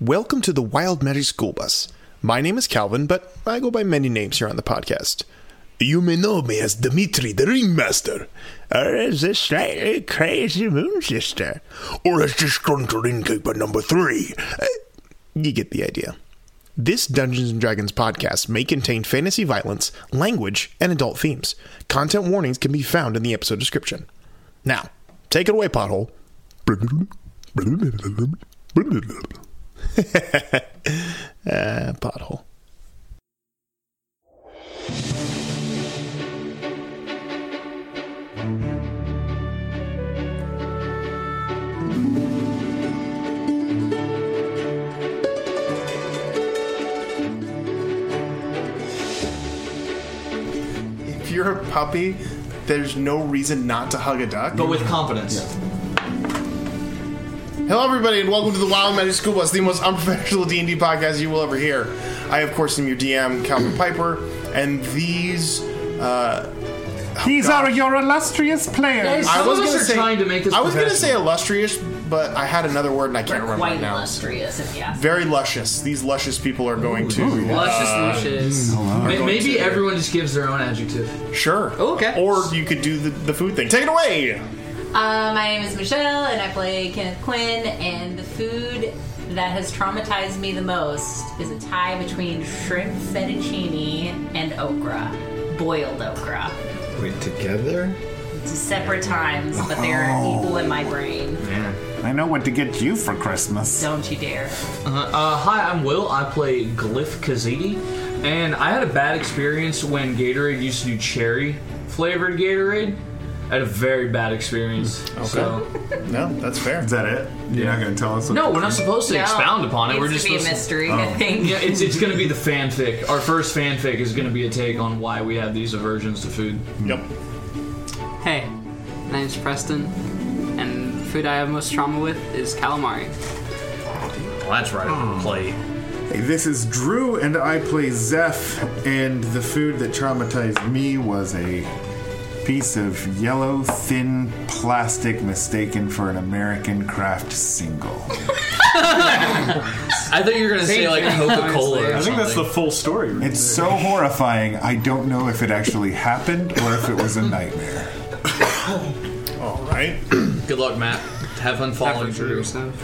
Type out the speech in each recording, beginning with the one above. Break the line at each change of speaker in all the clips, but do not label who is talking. Welcome to the Wild Magic School Bus. My name is Calvin, but I go by many names here on the podcast. You may know me as Dimitri the Ringmaster, or as the slightly crazy Moon Sister, or as disgruntled innkeeper number three. Uh, You get the idea. This Dungeons and Dragons podcast may contain fantasy violence, language, and adult themes. Content warnings can be found in the episode description. Now, take it away, pothole. Uh, pothole. If you're a puppy, there's no reason not to hug a duck.
but with confidence.
Hello, everybody, and welcome to the Wild Magic School Bus, the most unprofessional D and D podcast you will ever hear. I, of course, am your DM, Calvin Piper, and these. Uh,
These are your illustrious players.
Some
I was
of us
gonna
are
say-
trying to make this.
I was going to say
professional.
illustrious, but I had another word and I can't remember
quite
right now.
illustrious, if you ask.
Very luscious. These luscious people are going to.
luscious,
uh,
luscious.
Mm,
Ma-
going
maybe
to-
everyone just gives their own adjective.
Sure.
Oh, okay.
Or you could do the, the food thing. Take it away.
Uh, my name is Michelle, and I play Kenneth Quinn. And the food that has traumatized me the most is a tie between shrimp fettuccine and okra, boiled okra.
Wait, together?
It's separate times, but they are equal in my brain.
I know what to get you for Christmas.
Don't you dare!
Uh, uh, hi, I'm Will. I play Glyph Kazidi, and I had a bad experience when Gatorade used to do cherry flavored Gatorade. I had a very bad experience.
Hmm.
So
No, that's fair.
Is that it? You're not going to tell us? Oh. What
no, we're not supposed to expound upon it.
Needs
We're
to
just
be a
supposed to-
mystery. I think.
Yeah, it's, it's going to be the fanfic. Our first fanfic is going to be a take on why we have these aversions to food.
Yep.
Hey, my name's Preston, and the food I have most trauma with is calamari.
Well, that's right
Hmm.
on the plate.
This is Drew, and I play Zeph. And the food that traumatized me was a piece of yellow, thin plastic mistaken for an American craft single.
I thought you were going to say like Coca Cola. I think that's the
full story.
It's so horrifying, I don't know if it actually happened or if it was a nightmare.
All right.
good luck, Matt. Have fun following Drew.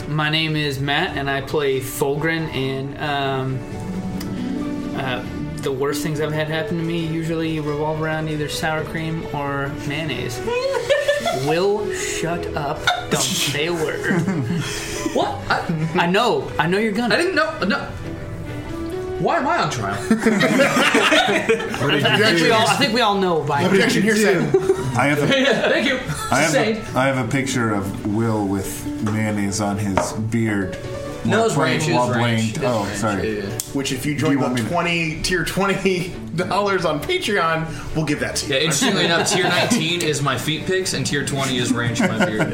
My name is Matt, and I play Fulgrin. And um, uh, the worst things I've had happen to me usually revolve around either sour cream or mayonnaise. Will shut up! Don't say a word.
What? I,
I know. I know you're
I
gonna.
didn't know. No. Why am I on trial?
I think, we all, I think we all know by now.
Objection here,
I have a,
Thank you.
I have
Say.
a, I have a picture of Will with mayonnaise on his beard.
No,
While
it's
playing-
ranch. It's
while
ranch.
playing-
It's
Oh,
ranch.
sorry.
Yeah, yeah.
Which, if you join
you want
the
me to-
twenty tier twenty dollars on Patreon, we'll give that to you.
Yeah, interestingly enough, tier 19 is my feet picks, and tier 20 is ranch in my beard.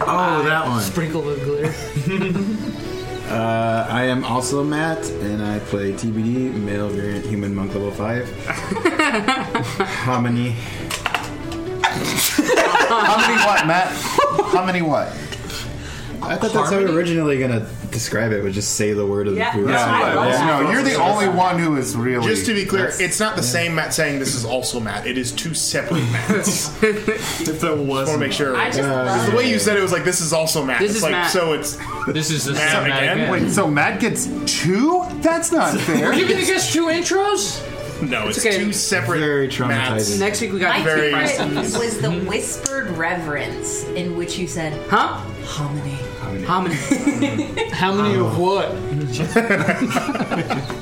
Oh, that one.
Sprinkle with glitter.
Uh, I am also Matt, and I play TBD, male variant human monk level 5. How many?
How many what, Matt? How many what?
I thought that's how we were originally gonna describe it. Was just say the word of
Yeah.
the food.
Yeah, I love that.
No, you're the only one who is really.
Just to be clear,
That's-
it's not the same Matt saying this is also Matt. It is two separate Matts. if there was, just want to make sure.
I just
Because the way you said it was like this is also Matt.
This
it's
is
like
Matt.
so it's
this is
Matt again.
Wait, so Matt gets two? That's not fair.
We're giving the guests two intros.
No,
It's
it's,
okay.
two separate. Very traumatizing.
Next week we got
My
very.
favorite was the whispered reverence in which you said,
"Huh?
Hominy."
How many? How many of what?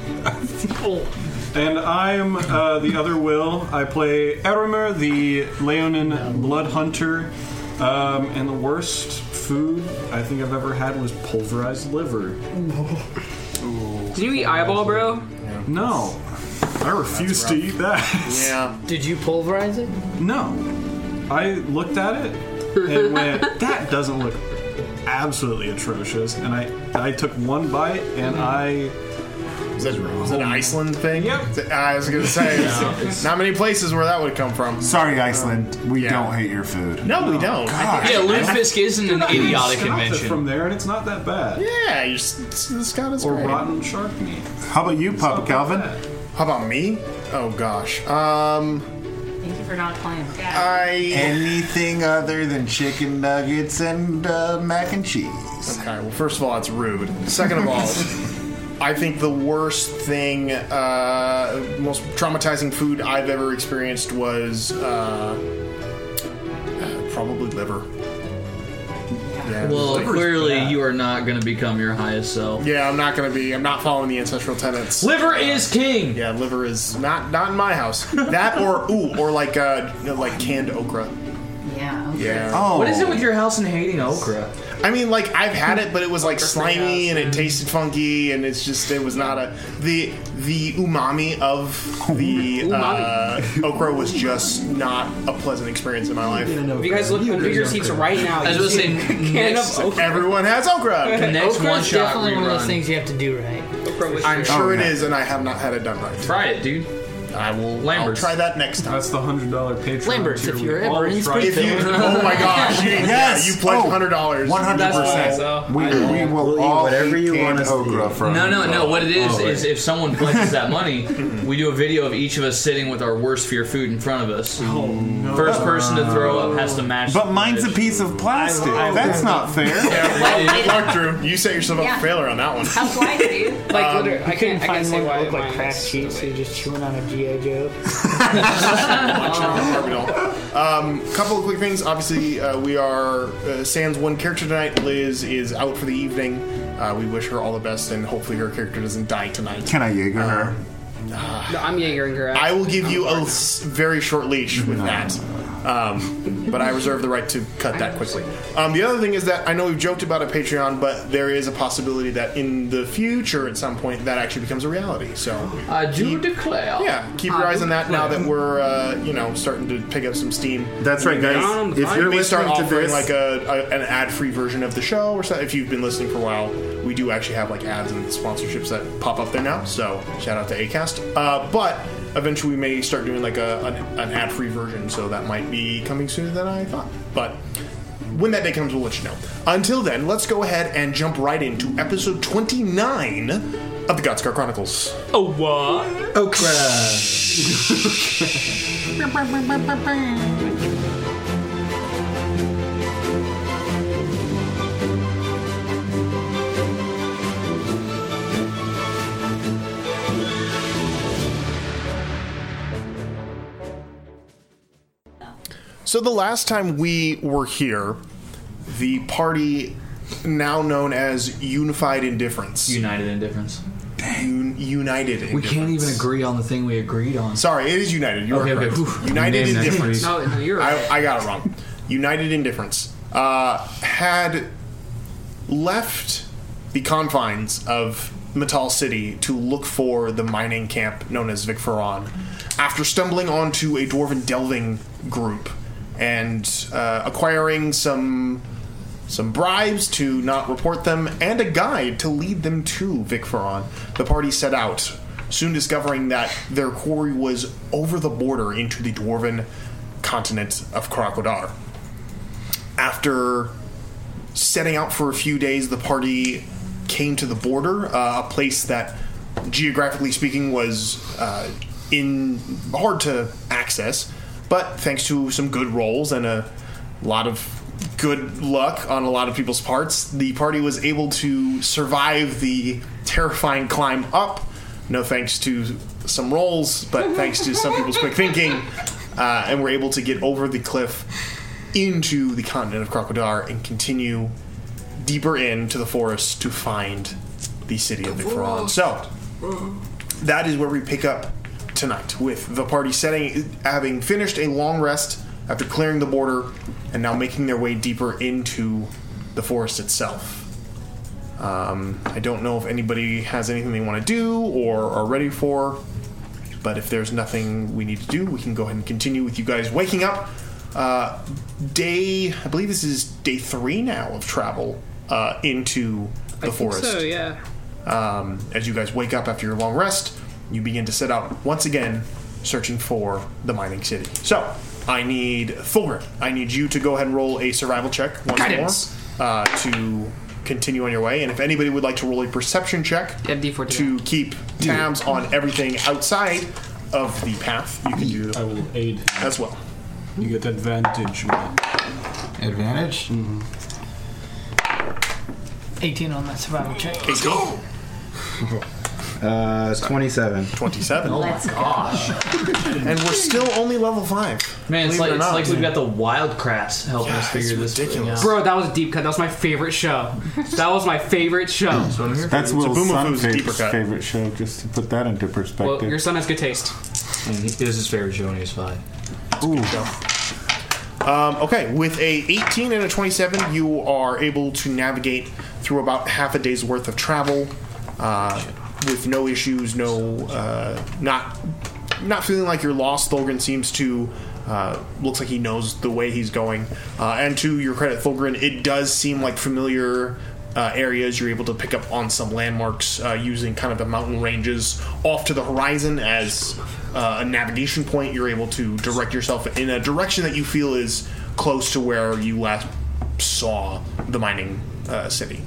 And I'm uh, the other Will. I play Erimer, the Leonin blood hunter. Um, and the worst food I think I've ever had was pulverized liver.
Did you eat eyeball, bro?
No. I refuse to eat that.
Yeah.
Did you pulverize it?
No. I looked at it and went, that doesn't look absolutely atrocious. And I, I took one bite and
Hmm.
I.
Is that, is that an Iceland thing?
Yep.
I was gonna say, it's not many places where that would come from. Um,
Sorry, Iceland. We don't hate your food. Oh,
No, we don't.
Yeah, Lutefisk isn't an
Dude, I even
idiotic
scoffed it
invention.
From there, and it's not that bad.
Yeah, you're, s- it's, this guy is
Or
great.
rotten shark meat.
How about you, Papa Calvin?
How about me? Oh gosh. Um,
Thank you for not playing.
I.
Anything other than chicken nuggets and uh, mac and cheese.
Okay. Well, first of all, it's rude. Second of all. I think the worst thing, uh, most traumatizing food I've ever experienced was uh, uh, probably liver. Yeah,
Well,
liver's
clearly
bad.
you are not going to become your highest self.
Yeah, I'm not gonna be. I'm not following the ancestral tenets.
Liver is king.
Yeah, liver is not not in my house. That or ooh or like uh you know, like canned okra.
Yeah.
Yeah.
Oh,
What is it with your house and hating okra?
I mean, like I've had it, but it was like slimy and it tasted funky, and it's just it was not a the the umami of the uh, okra was just not a pleasant experience in my life.
If you guys look under your seats right now,
I was
you
gonna
see
say,
a can
next-
of okra.
Everyone has okra.
Next
Okra's
one shot
definitely one of
rerun.
those things you have to do right. Okra with
I'm
your-
sure it is, and I have not had it done right.
Try it, dude.
I will. I'll
Lambert's.
try that next time.
That's the hundred dollar Patreon.
Lambert's,
tier
if
we
you're
all
ever in
try to
If you,
fill.
oh my gosh, you,
Yes.
yeah, you pledged
Oh,
hundred dollars.
One hundred
That's
percent.
awesome.
We we will
We'll eat
all
whatever
eat
you
canned
want us to
okra
eat.
from.
No, no, no. What it is
Oh,
is if someone pledges that money, we do a video of each of us sitting with our worst fear food in front of us. First person to throw up has to match.
Oh, But
the
mine's a
pledge.
piece of plastic.
I- I-
That's not fair.
Yeah, good luck, Drew. You set yourself up
Yeah.
for failure on that one.
That's why, dude.
Like,
Um,
literally, I
Um, couldn't
can't, I
find
can't say
one
why
that looked like
mine
crack
is.
sheets. So you're just chewing on a GI Joe.
Barbie doll. Um, couple of quick things. Obviously, uh, we are uh, Sans one character tonight. Liz is out for the evening. Uh, we wish her all the best, and hopefully, her character doesn't die tonight. Um,
Can I Jaeger her?
No, I'm Jaegering her out.
I will give you a s- very short leash with that. Um, but I reserve the right to cut that quickly. Um, the other thing is that I know we've joked about a Patreon, but there is a possibility that in the future, at some point, that actually becomes a reality. So
I do declare.
yeah, keep
Ah,
your eyes on that now that we're uh, you know starting to pick up some steam.
That's right, guys. If you're
we
listening
start
to
offering
this,
like a, a an ad free version of the show or something. If you've been listening for a while, we do actually have like ads and sponsorships that pop up there now. So shout out to Acast. Uh, but eventually, we may start doing like a an, an ad free version. So that might be coming sooner than I thought. But when that day comes, we'll let you know. Until then, let's go ahead and jump right into episode twenty nine of the Godscar Chronicles.
Oh, what?
Okra.
So the last time we were here, the party now known as Unified Indifference.
United indifference.
Un- United Indifference.
We can't even agree on the thing we agreed on.
Sorry, it is United. You're
Okay, okay.
correct.
Whew.
United
Name that,
Indifference.
please.
No, no, you're right.
I, I got it wrong. United Indifference uh, had left the confines of Metal City to look for the mining camp known as Vic Ferron after stumbling onto a dwarven delving group and uh, acquiring some some bribes to not report them, and a guide to lead them to Vic Ferron. The party set out, soon discovering that their quarry was over the border into the dwarven continent of Krakodar. After setting out for a few days, the party came to the border, uh, a place that, geographically speaking, was uh, in hard to access. But thanks to some good rolls and a lot of good luck on a lot of people's parts, the party was able to survive the terrifying climb up. No thanks to some rolls, but thanks to some people's quick thinking, uh, and were able to get over the cliff into the continent of Crocodar and continue deeper into the forest to find the city of Victoron. So that is where we pick up tonight with the party setting having finished a long rest after clearing the border and now making their way deeper into the forest itself. Um, I don't know if anybody has anything they want to do or are ready for, but if there's nothing we need to do, we can go ahead and continue with you guys waking up. Uh, day, I believe this is day three now of travel uh, into the
I think
forest.
so, yeah.
Um, as you guys wake up after your long rest, you begin to set out once again searching for the mining city. So, I need Fulgrim. I need you to go ahead and roll a survival check once
Guidance.
more uh, to continue on your way. And if anybody would like to roll a perception check to keep tabs on everything outside of the path, you can do. I will aid as well.
You get advantage, man.
Advantage?
Mm-hmm.
18 on that survival check.
Let's go.
Uh, it's 27.
27.
Oh my Let's go. gosh.
and we're still only level five.
Man, it's
Believe
like,
it or
it's
not.
like we've got the Wildcrats helping us figure this thing out.
Bro, that was a deep cut. That was my favorite show. That was my favorite show.
That's Will's son's
deeper
favorite, favorite show, just to put that into
Well,
perspective.
your son has good taste.
It was his favorite show when he was five.
Ooh. Um, okay, with a 18 and a 27, you are able to navigate through about half a day's worth of travel uh, with no issues, no uh, not not feeling like you're lost. Thulgrin seems to uh, looks like he knows the way he's going. Uh, and to your credit, Thulgrin, it does seem like familiar. Uh, areas you're able to pick up on some landmarks uh, using kind of the mountain ranges off to the horizon as uh, a navigation point. You're able to direct yourself in a direction that you feel is close to where you last saw the mining uh, city.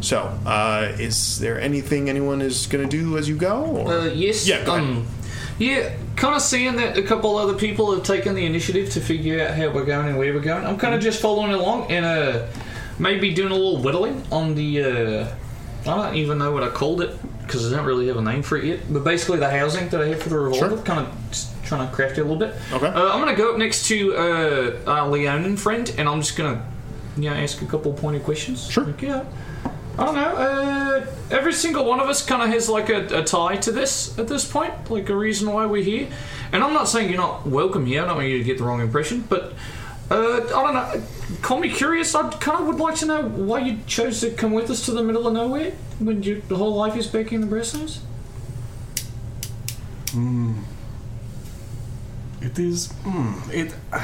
So, uh, is there anything anyone is going to do as you go? Or?
Uh, yes.
Yeah, go ahead.
um, Yeah, kind of seeing that a couple other people have taken the initiative to figure out how we're going and where we're going. I'm
Mm-hmm.
kind of just following along and uh, maybe doing a little whittling on the. Uh, I don't even know what I called it because I don't really have a name for it yet. But basically, the housing that I have for the revolver, kind of trying to craft it a little bit. Okay. Uh, I'm going to go up next to uh, our Leonin friend and I'm just going to you know, ask a couple pointed questions. Sure. yeah. I don't know. Uh, every single one of us kind of has like a, a tie to this at this point, like a reason why we're here. And I'm not saying you're not welcome here. I don't want you to get the wrong impression, but uh, I don't know. Call me curious. I kind of would like to know why you chose to come with us to the middle of nowhere when your the whole life is back in the Bressos.
Hmm. It is. Hmm. It.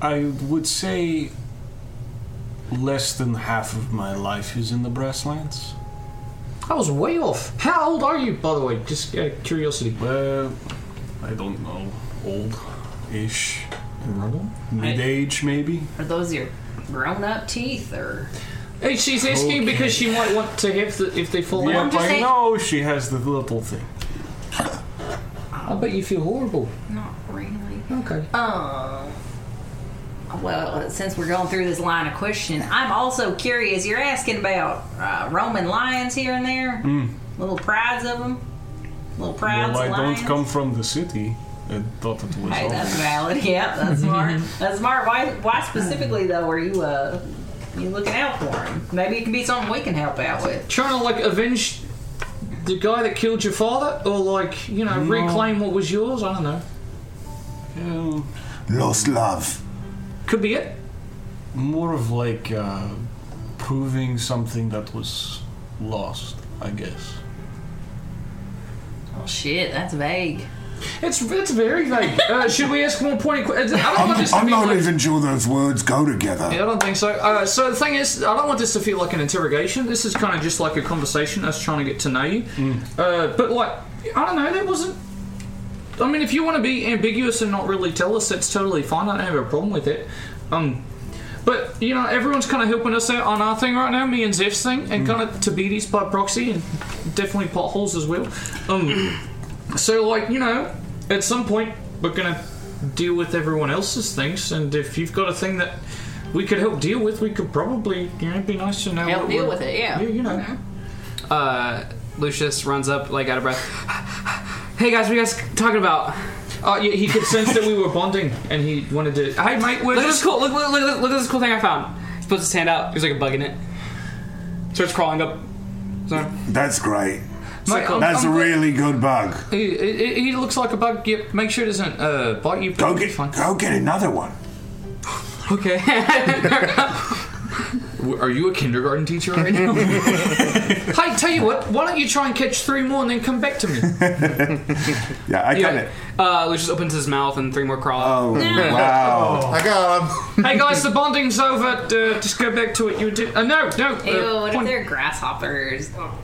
I would say less than half of my life is in the Brasslands.
I was way off. How old are you, by the way? Just uh, curiosity.
Well, I don't know. Old ish. Mid age, maybe?
Are those your grown up teeth or.
Hey, she's asking because she might want to have the, if they fall
Yeah,
out.
I know Oh, she has the little thing.
I bet you feel horrible.
Not really.
Okay.
Oh. Well, since we're going through this line of question, I'm also curious. You're asking about uh, Roman lions here and there, little prides of them, little prides
Well, Hmm. I
of
don't
lions.
come from the city. I thought it was
Hey, that's
obvious.
valid. Yeah, that's smart. that's smart. Why? Why specifically though? Are you uh, you looking out for him? Maybe it can be something we can help out with.
trying to like avenge the guy that killed your father, or like you know
No.
reclaim what was yours. I don't know.
Lost love.
Could be it.
More of like uh, proving something that was lost, I guess.
Oh shit, that's vague.
It's it's very vague. uh, should we ask more pointed questions? I don't want this to be like,
even sure those words go together.
Yeah, I don't think so. Uh, so the thing is, I don't want this to feel like an interrogation. This is kind of just like a conversation. Us trying to get to know you. Uh, but like, I don't know. That wasn't. I mean, if you want to be ambiguous and not really tell us, that's totally fine. I don't have a problem with it. Um, but you know, everyone's kind of helping us out on our thing right now, me and Zeph's thing, and kind of Tabiti's by proxy, and definitely potholes as well. Um, so like you know, at some point we're gonna deal with everyone else's things, and if you've got a thing that we could help deal with, we could probably you know it'd be nice to know.
Help
what
deal
we're-
with it, yeah.
you know.
Mm-hmm.
Uh, Lucius runs up, like out of breath. hey guys, what are you guys talking about?
Uh, yeah, he could sense that we were bonding, and he wanted to. Hey mate, we're
look at
just
this cool. Look, look, look, look at this cool thing I found. He puts his hand out. There's like a bug in it. Starts crawling up. Sorry.
That's great.
Mate, I'm-
That's
I'm
a
glad-
really good bug.
He, he, he looks like a bug. Yep, make sure it doesn't uh, bite you.
Go get, go get another one.
Okay. Are you a kindergarten teacher right now? hey, tell you what, why don't you try and catch three more and then come back to me?
Yeah, I
got it. Uh, Lucius opens his mouth and three more crawl.
Oh wow!
I got him.
hey guys, the bonding's over. Uh, just go back to it. You did. Uh, no, no.
Ew,
uh,
what if
point-
they're grasshoppers? Oh.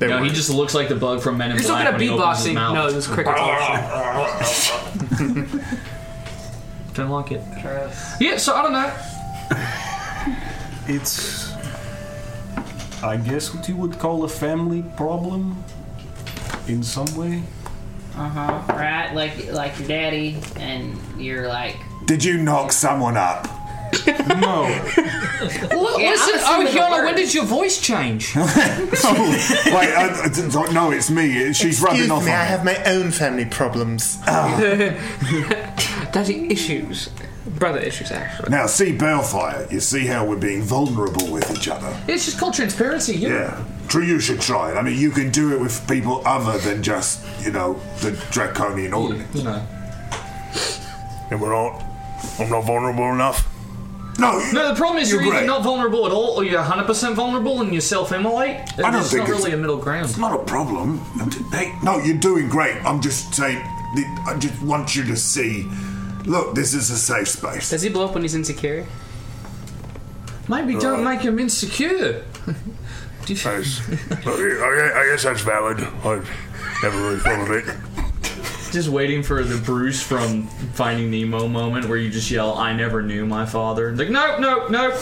no, he just looks like the bug from Men
You're still gonna beatboxing. No, this cricket.
Don't like it. Yeah, so I don't know.
It's, I guess, what you would call a family problem in some way.
Uh huh. Right, like like your daddy, and you're like.
Did you knock someone up?
no.
L-
Yeah,
listen,
I'm
oh
assuming it
Kiana, when
works.
did your voice change?
oh, wait, uh, it's- it's like, no, it's me. She's rubbing
Excuse
off
me,
on
I
me.
have my own family problems.
Daddy issues. Brother issues, actually.
Now, see Balefire. You see how we're being vulnerable with each other.
It's just called transparency. You know?
Yeah. True, you should try it. I mean, you can do it with people other than just, you know, the draconian ordinance.
You know.
And we're not. I'm not vulnerable enough. No,
No, the problem is you're,
You're
either
right.
not vulnerable at all, or you're 100 percent vulnerable and you self-immolate.
I don't
There's
think
not
it's-
really a middle ground.
It's not a problem. Hey, no, you're doing great. I'm just saying. that- I just want you to see. Look, this is a safe space.
Does he blow up when he's insecure?
Maybe don't make him insecure.
I guess that's valid. I never really thought of it.
Just waiting for the Bruce from Finding Nemo moment where you just yell, "I never knew my father." Like, nope, nope, nope.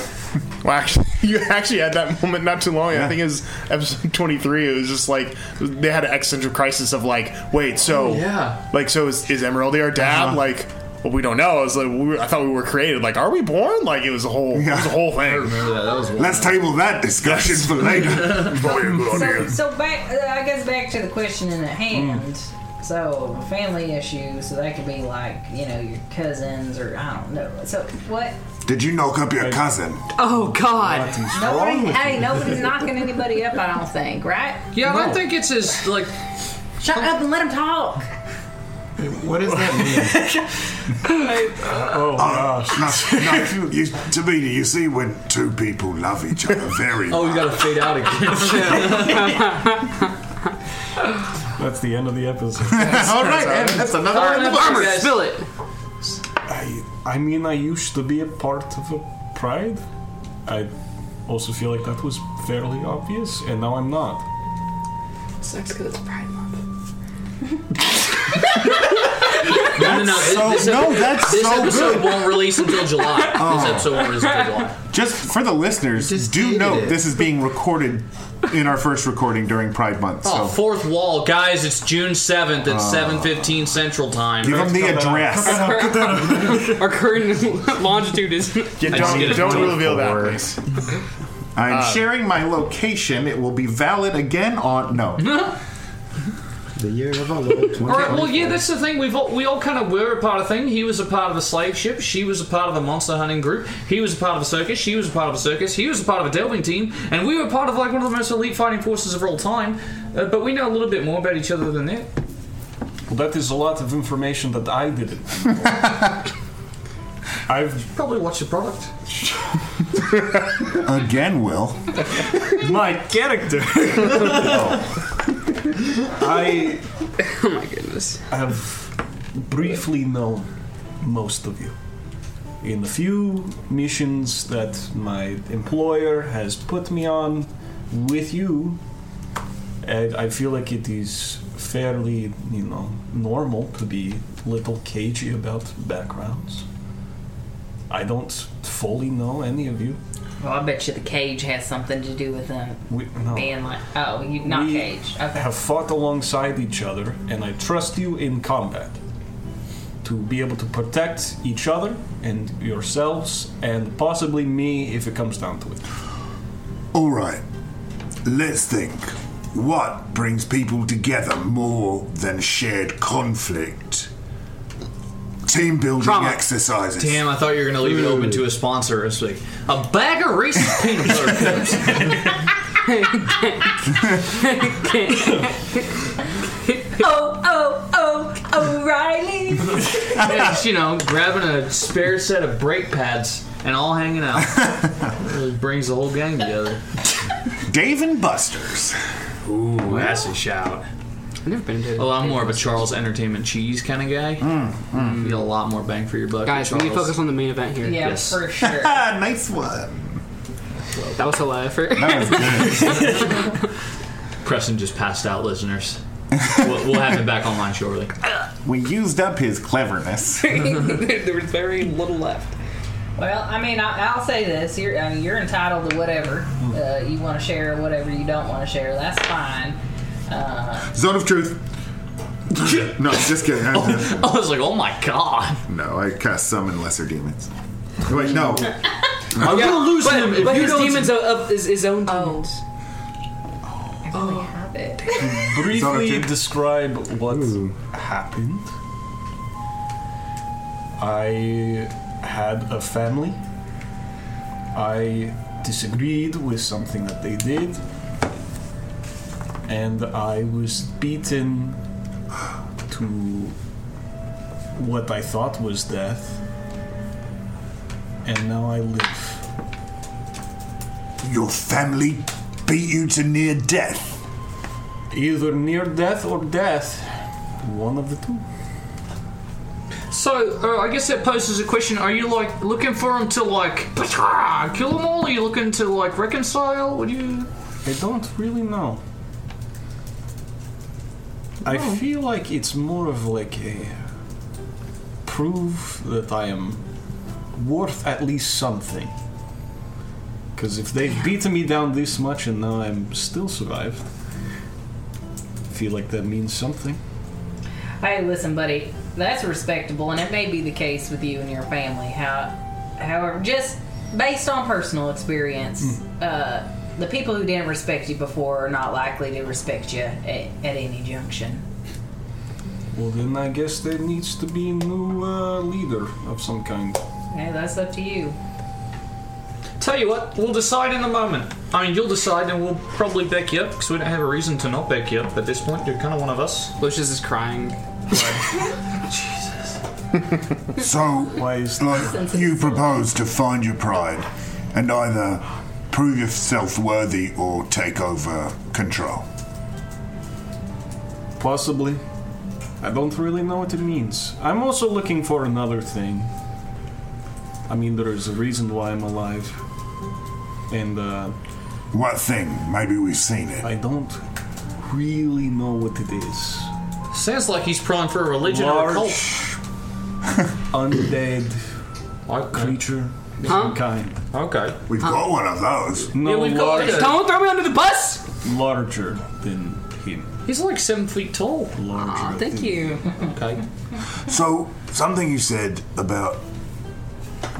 Well, actually, you actually had that moment not too long. I think it was episode twenty-three. It was just like they had an existential crisis of like, wait, so
yeah,
like so is, is Emeraldy our dad?
Uh-huh.
Like, well, we don't know. I was like, we were, I thought we were created. Like, are we born? Like, it was a whole, it was a whole thing. I remember
that. That was
Let's table that discussion for later. Probably a good
So,
idea.
so back, uh, I guess back to the question in at
Mm.
hand. So, family issue, so that could be like, you know, your cousins or I don't know. So, what?
Did you knock up your cousin?
Oh God!
Nobody, hey, nobody's knocking anybody up, I don't think, right?
Yeah, I don't think it's as like.
Shut up and let him talk.
What does that mean? oh, gosh. No, no, you, Tabitha, you see when two people love each other very
Oh, we gotta fade out again.
That's the end of the episode.
All right, and that's another one in the barbers.
Spill it.
I, I mean, I used to be a part of a pride. I also feel like that was fairly obvious, and now I'm not.
Sucks because it's Pride Month.
no, no, no.
So-
this
no,
episode,
that's
this
so
episode
good.
won't release until July. This
Oh.
episode won't release until July.
Just for the listeners, do note this is being recorded in our first recording during Pride Month. So
Oh, fourth wall, guys! It's June seventh at
Uh,
seven fifteen Central Time.
give 'em the Cut that out. address. Cut that
Our current longitude is.
I just get a dope for- I'm
Uh,
sharing my location. It will be valid again on no.
The year of our Lord.
All right. Well, yeah, that's the thing. We've all, we all kind of were a part of a thing. He was a part of a slave ship. She was a part of a monster hunting group. He was a part of a circus. She was a part of a circus. He was a part of a delving team, and we were part of like one of the most elite fighting forces of all time. Uh, but we know a little bit more about each other than that.
Well, that is a lot of information that I didn't. know. I've
probably watched the product.
Again, Will.
My character.
Oh.
I.
Oh my goodness.
Have briefly known most of you. In the few missions that my employer has put me on with you, and I feel like it is fairly, you know, normal to be little cagey about backgrounds. I don't fully know any of you.
Well, I bet you the cage has something to do with them
We, no.
being like, oh, you not
We
cage. Okay.
have fought alongside each other, and I trust you in combat to be able to protect each other and yourselves, and possibly me if it comes down to it.
All right, let's think. What brings people together more than shared conflict? Team building exercises.
Damn, I thought you were gonna leave it open to a sponsor. It's like a bag of Reese's peanut butter cups.
oh, oh, oh, O'Reilly.
Yeah, just, you know, grabbing a spare set of brake pads and all hanging out. it brings the whole gang together.
Dave and Buster's.
Ooh, that's a shout. I've never been to. Well, I'm more of a Charles Entertainment Cheese kind of guy.
Mm,
You get a lot more bang for your buck.
Guys, we
Charles.
need to focus on the main event here.
Yeah, Yes. for
sure.
nice one.
That was a lot of effort.
Preston just passed out, listeners. we'll, we'll have him back online shortly.
We used up his cleverness.
There
was very little left.
Well, I mean, I, I'll say this: you're I mean, you're entitled to whatever uh, you want to share, whatever you don't want to share. That's fine. Uh,
Zone of truth. no, just kidding. I,
I was like, oh my god.
No, I cast summon lesser demons. Wait, no.
I
Oh,
will lose
but,
him if
but
you
his
don't-
demons are of his, his own demons.
Oh. I really have it.
Briefly describe what happened. I had a family. I disagreed with something that they did. And I was beaten to what I thought was death. And now I live.
Your family beat you to near death.
Either near death or death. One of the two.
So uh, I guess that poses a question: Are you like looking for him to like kill them all? Are you looking to like reconcile? What do you?
I don't really know. I feel like it's more of like a prove that I am worth at least something. Because if they've beaten me down this much and now I'm still survived, I feel like that means something.
Hey, listen, buddy, that's respectable, and it may be the case with you and your family. How, however, just based on personal experience, uh, the people who didn't respect you before are not likely to respect you at, at any junction.
Well, then I guess there needs to be a new uh, leader of some kind.
Hey, that's up to you.
Tell you what, we'll decide in a moment. I mean, you'll decide, and we'll probably back you up because we don't have a reason to not back you up at this point. You're kind of one of us.
Lucius is crying.
So, like, you propose to find your pride and either prove yourself worthy or take over control.
Possibly. I don't really know what it means. I'm also looking for another thing. I mean, there is a reason why I'm alive. And, uh.
What thing? Maybe we've seen it.
I don't really know what it is.
Sounds like he's prone for a religion
Large,
or a cult.
undead creature. of
Huh?
some kind.
Okay.
We've
got
one of those.
No, larger,
Don't throw me under the bus!
larger than him.
He's like seven feet tall.
Larger.
thank you.
Okay.
So, something you said about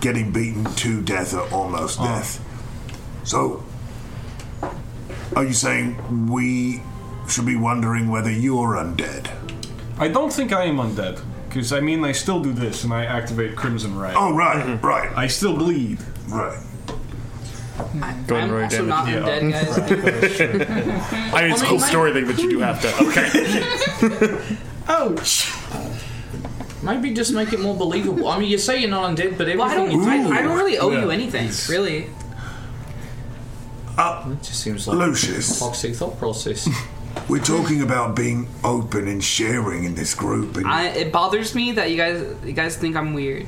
getting beaten to death or almost death. So, are you saying we should be wondering whether you're undead?
I don't think I am undead. Because, I mean, I still do this and I activate Crimson Ray.
Oh, right, right.
I still bleed.
Right.
Go ahead and write
also
it
not
down.
undead,
Yeah. I mean, it's a cool story thing, but you do have to. Okay.
Ouch. Maybe just make it more believable. I mean, you say you're not undead, but everything
Well, I don't.
you do,
I, I don't really owe you
Yeah.
anything, really.
It just seems like
Lucius.
toxic thought process.
We're talking about being open and sharing in this group. And
I, it bothers me that you guys you guys think I'm weird.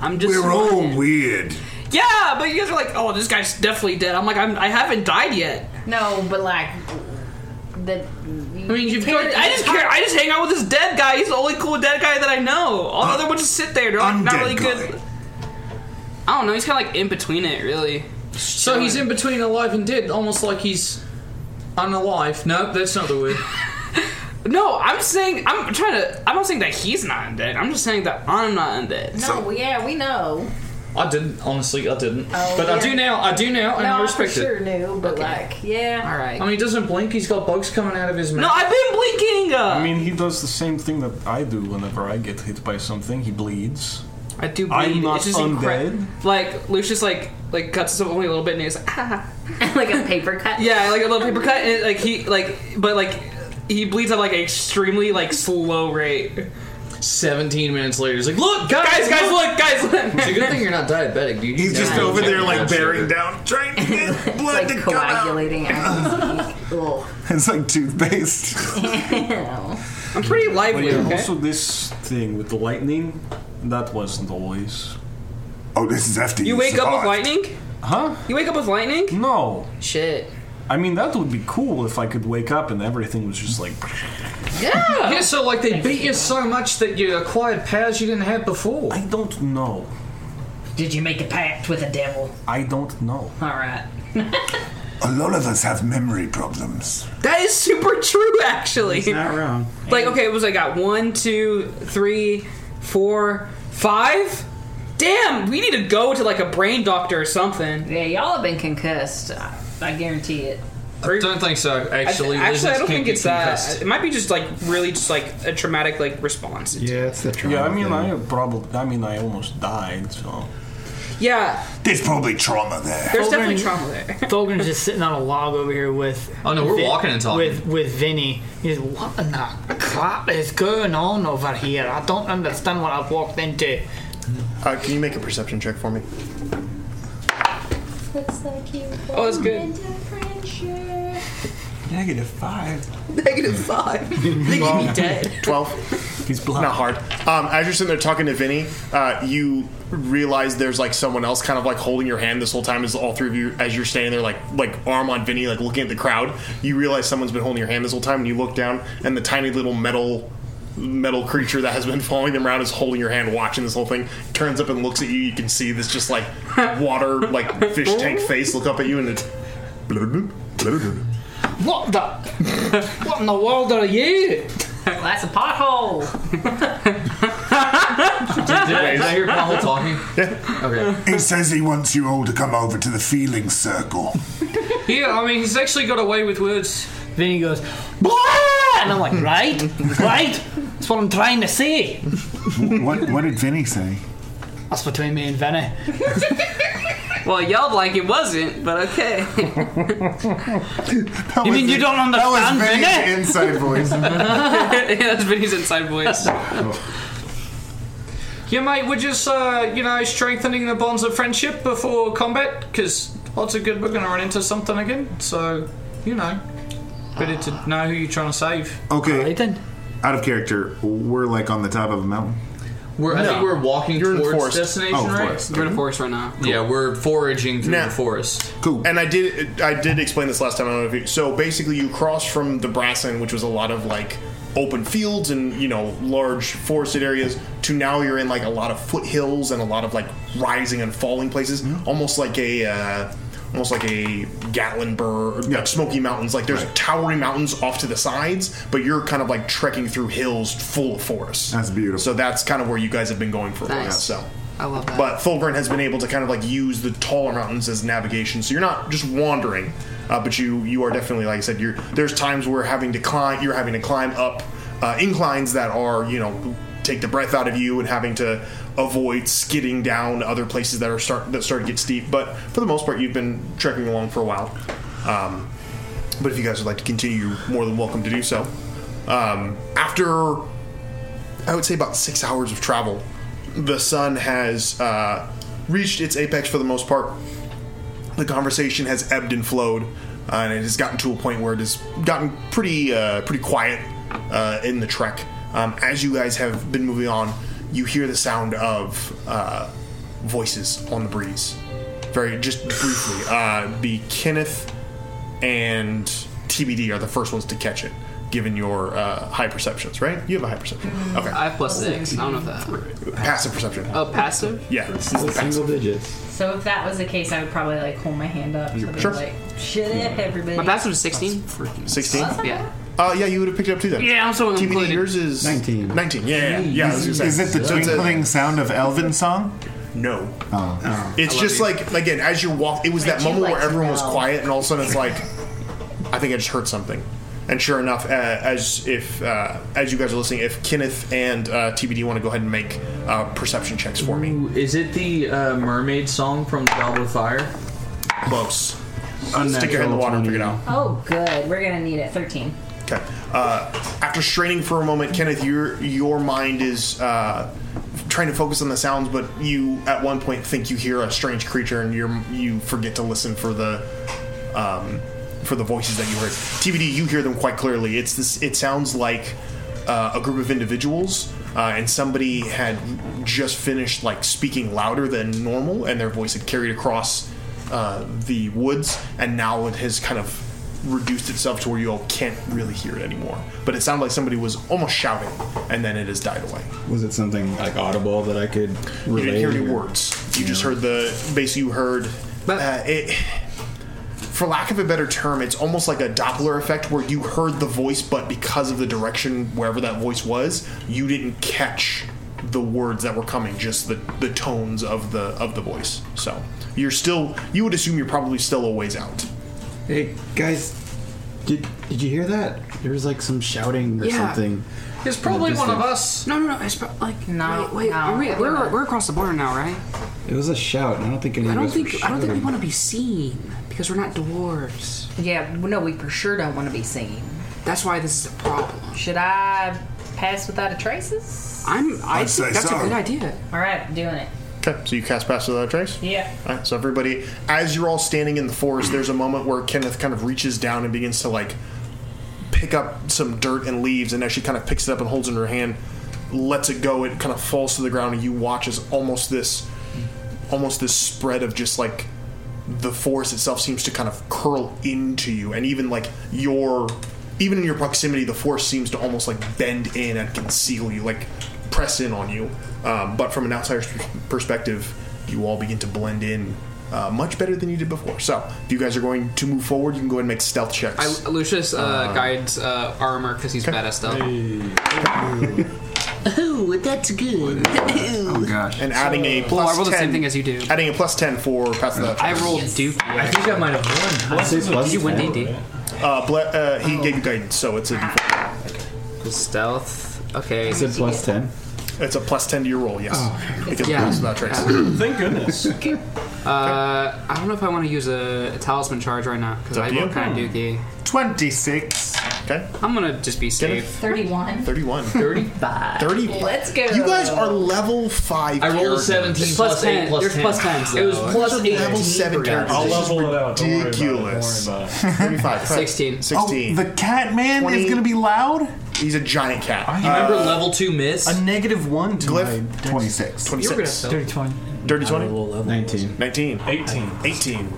I'm just.
we're all weird.
Yeah, but you guys are like, oh, this guy's definitely dead. I'm like, I'm, I haven't died yet.
No, but like, the.
I mean, you've got, I just care. I just hang out with this dead guy. He's the only cool dead guy that I know.
Oh,
All the other ones just sit there. They're like, not really good. I don't know. He's kind of like in between it, really.
So he's in between alive and dead, almost like he's unalive. No, that's not the word.
No, I'm saying I'm trying to. I'm not saying that he's not undead. I'm just saying that I'm not undead.
No, well, yeah, we know.
I didn't, honestly, I didn't.
Oh,
but I
yeah.
do now, I do now, and
no,
I respect
for sure
it.
knew, but like, yeah. All
I
right.
mean, he doesn't blink, he's got bugs coming out of his mouth.
been blinking.
I mean, he does the same thing that I do whenever I get hit by something. He bleeds.
I do bleed.
I'm not
it's just
undead.
incre- like Lucius, like like cuts himself only a little bit, and he's like, ah.
like a paper cut.
Yeah, like a little paper cut, and it, like he like, but like he bleeds at like an extremely like slow rate.
17 minutes later, he's like, look,
guys,
guys,
guys, look, guys, look.
It's a good thing you're not diabetic, dude.
He's just over there, like, bearing
down, trying to get
blood like coagulating out. Ugh.
It's like toothpaste.
I'm pretty lively.
Wait,
okay?
Also, this thing with the lightning, that wasn't always.
Oh, this is after
You wake up with lightning?
Huh?
You wake up with lightning?
No.
Shit.
I mean, that would be cool if I could wake up and everything was just like.
Yeah. Yeah, so like they beat you so much that you acquired powers you didn't have before.
I don't know.
Did you make a pact with the devil?
I don't know.
All right.
A lot of us have memory problems.
That is super true, actually.
not wrong.
Like, okay, it was I got one, two, three, four, five. Damn, we need to go to like a brain doctor or something.
Yeah, y'all have been concussed. I I guarantee it.
I don't think so, actually.
I, actually, I
lizards
don't
can't
think
get
it's that.
concussed.
It might be just like really just like a traumatic like response.
Yeah, it's the
trauma
Yeah, I mean,
thing.
I probably. I mean, I almost died. So.
Yeah,
There's probably trauma there.
There's definitely trauma there.
Fulgrim's just sitting on a log over here with.
Oh, no, we're walking and talking.
With with Vinny. He's what in the crap is going on over here? I don't understand what I've walked into.
Uh, can you make a perception check for me?
Looks like you.
Oh, that's good.
Negative five.
Negative five. they
Twelve.
dead. Twelve.
He's blind.
Not hard. Um, as you're sitting there talking to Vinny, uh, you realize there's like someone else kind of like holding your hand this whole time. As all three of you, as you're standing there, like like arm on Vinny, like looking at the crowd, you realize someone's been holding your hand this whole time. And you look down, and the tiny little metal metal creature that has been following them around is holding your hand, watching this whole thing. Turns up and looks at you. You can see this just like water like fish tank face look up at you, and it's.
What the? what in the world are you?
Well, that's a pothole.
Did, did, I- did I hear Paul talking?
He says he wants you all to come over to the feeling circle.
Yeah, I mean, he's actually got away with words.
Then he goes, "Blah!" and I'm like, right, right. That's what I'm trying to say.
what, what did Vinny say?
That's between me and Vinny.
Well, y'all like it wasn't, but okay.
you mean you don't understand Vinny?
inside voice.
yeah, that's Vinny's inside voice.
Yeah, mate, we're just, uh, you know, strengthening the bonds of friendship before combat, because odds are good we're going to run into something again. So, you know, better to know who you're trying to save.
Okay. Out of character, we're like on the top of a mountain.
We're, I think
No.
we're walking
You're in
towards
forest.
destination,
Oh,
right?
forest.
We're in a
forest right now.
Yeah, we're foraging through
Now-
the forest.
Cool.
And I did I did explain this last time. I don't know if you, so basically you cross from the Brassin, which was a lot of like open fields and you know large forested areas, to now you're in like a lot of foothills and a lot of like rising and falling places,
Mm-hmm.
almost like a. Uh, Almost like a Gatlinburg, like Smoky Mountains. Like there's towering mountains off to the sides, but you're kind of like trekking through hills full of forest.
That's beautiful.
So that's kind of where you guys have been going for a while.
Nice.
So
I love that.
but Fulgrim has been able to kind of like use the taller mountains as navigation, so you're not just wandering, uh, but you you are definitely, like I said, you're there's times where having to climb, you're having to climb up uh, inclines that are you know take the breath out of you and having to avoid skidding down other places that are start that start to get steep. But for the most part, you've been trekking along for a while. Um, but if you guys would like to continue, you're more than welcome to do so. Um, after I would say about six hours of travel. The sun has uh, reached its apex for the most part. The conversation has ebbed and flowed, uh, and it has gotten to a point where it has gotten pretty uh, pretty quiet uh, in the trek. Um, as you guys have been moving on, you hear the sound of uh, voices on the breeze. Very just briefly, uh, it'd be Kenneth and TBD are the first ones to catch it, given your uh, high perceptions, right? You have a high perception. Okay.
I have plus six. I don't know if that.
Passive perception.
Oh, passive?
Yeah. Single digits.
So if that was the case, I would probably like hold my hand up. So they're
Sure.
Like, Shut up, everybody.
My passive is 16.
16?
Yeah.
Uh, yeah, you would have picked it up too then.
Yeah, I'm so
TBD,
included.
yours is 19. 19, yeah, yeah, yeah. yeah I was gonna say.
Is it the
So it's a-
twinkling sound of Elvin song?
No.
Oh.
It's just like again, as you walk, it was that
Would you
moment
like
where
to
everyone was
know?
quiet, and all of a sudden it's like, I think I just heard something. And sure enough, uh, as if uh, as you guys are listening, if Kenneth and uh, TBD want to go ahead and make uh, perception checks for me,
Is it the uh, mermaid song from Child with Fire?
Close. stick your head in the water and figure it out.
Oh, good. We're gonna need it. Thirteen.
Okay. Uh, after straining for a moment, Kenneth, your your mind is uh, trying to focus on the sounds, but you at one point think you hear a strange creature, and you you forget to listen for the um, for the voices that you heard. TBD, you hear them quite clearly. It's this. It sounds like uh, a group of individuals, uh, and somebody had just finished like speaking louder than normal, and their voice had carried across uh, the woods, and now it has kind of reduced itself to where you all can't really hear it anymore. But it sounded like somebody was almost shouting, and then it has died away.
Was it something like audible that I could relate?
You didn't hear any words. You just heard the basically you heard uh, it. For lack of a better term, it's almost like a Doppler effect where you heard the voice, but because of the direction wherever that voice was, you didn't catch the words that were coming, just the, the tones of the of the voice. So you're still you would assume you're probably still a ways out.
Hey guys, did did you hear that? There was like some shouting or
Yeah.
something.
It's
probably one of
us. No, no, no. It's pro- like
no.
Wait, wait,
no,
are we,
I
we're,
wouldn't.
we're across the border now, right?
It was a shout. and I don't think any
I
of
don't
us were
think I don't think we
shouting.
want to be seen because we're not dwarves.
Yeah. No, we for sure don't want to be seen.
That's why this is a problem.
Should I pass without a traces?
I'm.
I I'd think say that's a so. good idea.
All right, doing it.
Okay, so you cast Pass Without Trace?
Yeah.
All right, so everybody, as you're all standing in the forest, there's a moment where Kenneth kind of reaches down and begins to like pick up some dirt and leaves, and as she kind of picks it up and holds it in her hand, lets it go, it kind of falls to the ground, and you watch as almost this, almost this spread of just like the forest itself seems to kind of curl into you, and even like your, even in your proximity, the forest seems to almost like bend in and conceal you, like press in on you. Um, but from an outsider's perspective, you all begin to blend in. Uh, much better than you did before. So, if you guys are going to move forward, you can go ahead and make stealth checks.
I, Lucius uh, guides uh, armor because he's bad at stuff.
Oh, that's good.
Oh
gosh. And adding a plus
Well, I rolled the
10,
same thing as you do.
Adding a plus 10 for pass the
I rolled Duke. I think I might have won. Did you win DD?
Uh, ble- uh, he gave you guidance, so it's a d4.
Stealth. Okay. Is
it plus 10?
It's a plus 10 to your roll, yes. Because
Yeah.
it's not trace.
Yeah.
Thank goodness.
Uh, I don't know if I want to use a, a talisman charge right now because
up
I
to you.
look kind of dookie.
Twenty-six.
Okay.
I'm gonna just be safe.
Thirty-one.
31.
35.
30.
Let's go.
You guys are level 5
I rolled a
characters.
17 It's plus plus 8 10. plus There's 10. plus 10s,
It was
though.
plus
It's
8 level
okay.
7 characters.
I'll
This is
level it out, don't worry about it, don't
Ridiculous.
worry about
35.
16.
16.
Oh, the cat man is going to be loud?
He's a giant cat. Uh,
You remember level two miss? A
negative one to
Glyph?
26.
26.
Dirty 20.
Dirty 20?
19.
19.
18.
18.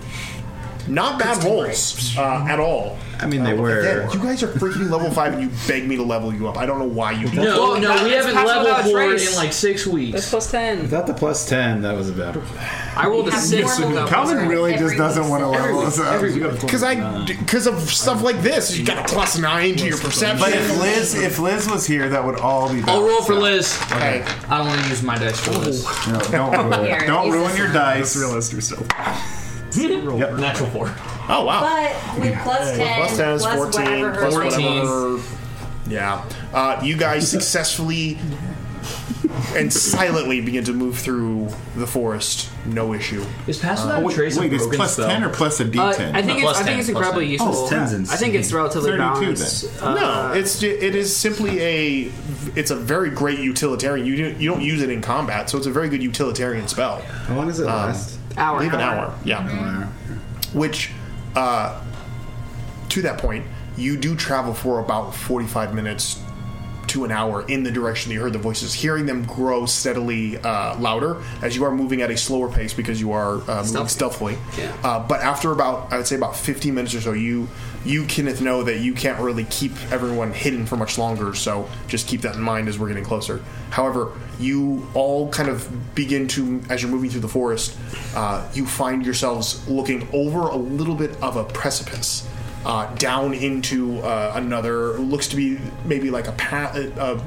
Not bad rolls uh, at all.
I mean, they
Uh,
were-
again, you guys are freaking level 5 and you beg me to level you up. I don't know why you
No, no, we haven't leveled
without
four
trace.
in like six weeks.
That's plus ten.
Without the plus ten, that was a bad.
I rolled a six. without plus
Calvin
10.
really just doesn't want to level us up.
Because I, because of stuff like this, you got a plus nine to your perception.
But if Liz, if Liz was here, that would all be.
I'll roll for
balanced
Liz.
Okay.
I don't want to use my dice for Liz.
out. No, don't ruin,
Here,
don't
use
ruin
this
your
one.
dice.
Let's
realize yourself.
Yep, natural four.
Oh wow!
But with plus ten,
plus ten is
plus
fourteen.
whatever her
Plus
thing is.
whatever. Yeah, uh, you guys successfully and silently begin to move through the forest. No issue. Uh,
Is Pass Without a Trace a
wait, it's
broken
plus
spell?
10 or plus a
Uh,
d10?
I think it's, I think it's incredibly useful. I think it's relatively
32
balanced. uh,
then. no, it's ju- it is simply a it's a very great utilitarian. You don't, you don't use it in combat, so it's a very good utilitarian spell. How
long does it
last?
Hour,
Leave an
hour.
hour. Yeah. Which, uh, to that point, you do travel for about forty-five minutes to an hour in the direction that you heard the voices, hearing them grow steadily uh, louder as you are moving at a slower pace because you are uh, moving stealthily. Uh, but after about, I would say about 15 minutes or so, you you Kenneth know that you can't really keep everyone hidden for much longer. So just keep that in mind as we're getting closer. However, you all kind of begin to, as you're moving through the forest, uh, you find yourselves looking over a little bit of a precipice uh, down into uh, another looks to be maybe like a uh, path a,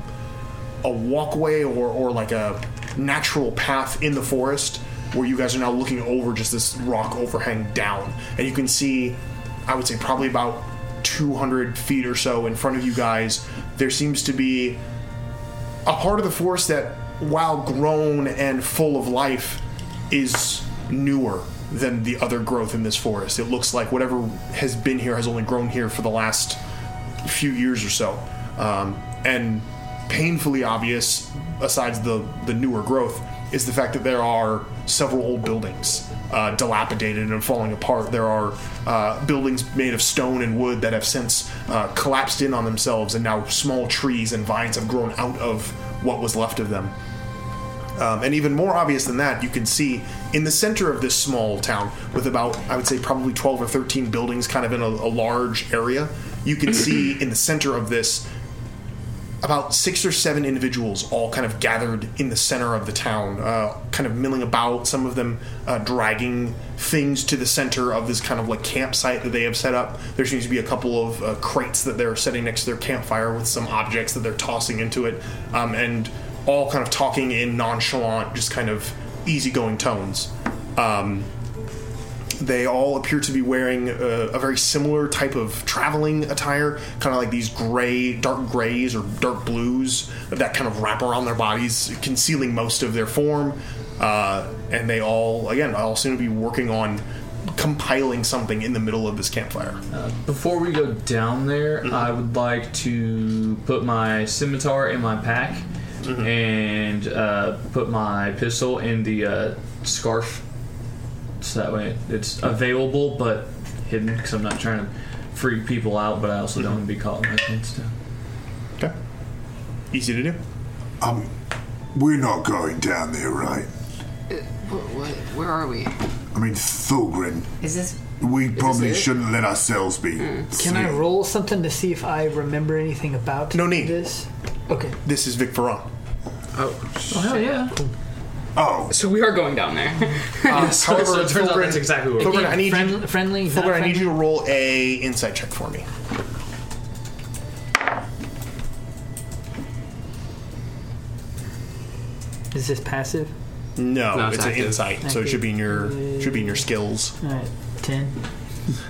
a walkway or, or like a natural path in the forest where you guys are now looking over just this rock overhang down and you can see i would say probably about 200 feet or so in front of you guys there seems to be a part of the forest that, while grown and full of life, is newer than the other growth in this forest. It looks like whatever has been here has only grown here for the last few years or so. Um, and painfully obvious, aside the the newer growth, is the fact that there are several old buildings, uh, dilapidated and falling apart. There are uh, buildings made of stone and wood that have since uh, collapsed in on themselves, and now small trees and vines have grown out of what was left of them. Um, and even more obvious than that, you can see in the center of this small town, with about, I would say, probably 12 or 13 buildings kind of in a, a large area, you can see in the center of this about six or seven individuals all kind of gathered in the center of the town, uh, kind of milling about, some of them uh, dragging things to the center of this kind of like campsite that they have set up. There seems to be a couple of uh, crates that they're setting next to their campfire with some objects that they're tossing into it, um, and all kind of talking in nonchalant, just kind of easygoing tones. Um, they all appear to be wearing a, a very similar type of traveling attire, kind of like these gray, dark grays or dark blues that kind of wrap around their bodies, concealing most of their form. Uh, and they all, again, all seem to be working on compiling something in the middle of this campfire.
Before we go down there, I would like to put my scimitar in my pack and uh, put my pistol in the uh, scarf. So that way it's available but hidden because I'm not trying to freak people out, but I also don't want to be caught in my pants down.
Okay. Easy to do.
Um, we're not going down there, right?
where are we?
I mean, Thulgrin.
Is this?
We probably
it?
shouldn't let ourselves be.
Can I roll something to see if I remember anything about no need. this? Okay.
This is Vic Ferron.
Oh,
Oh, hell yeah.
Oh.
So we are going down there.
Uh, however, Thulgrin- Thulgrin, I need you,
friendly,
Thulgrin, I need you to roll a insight check for me.
Is this passive?
No,
No,
it's,
it's
an
active.
insight, so it should be in your should be in your skills.
Alright, 10.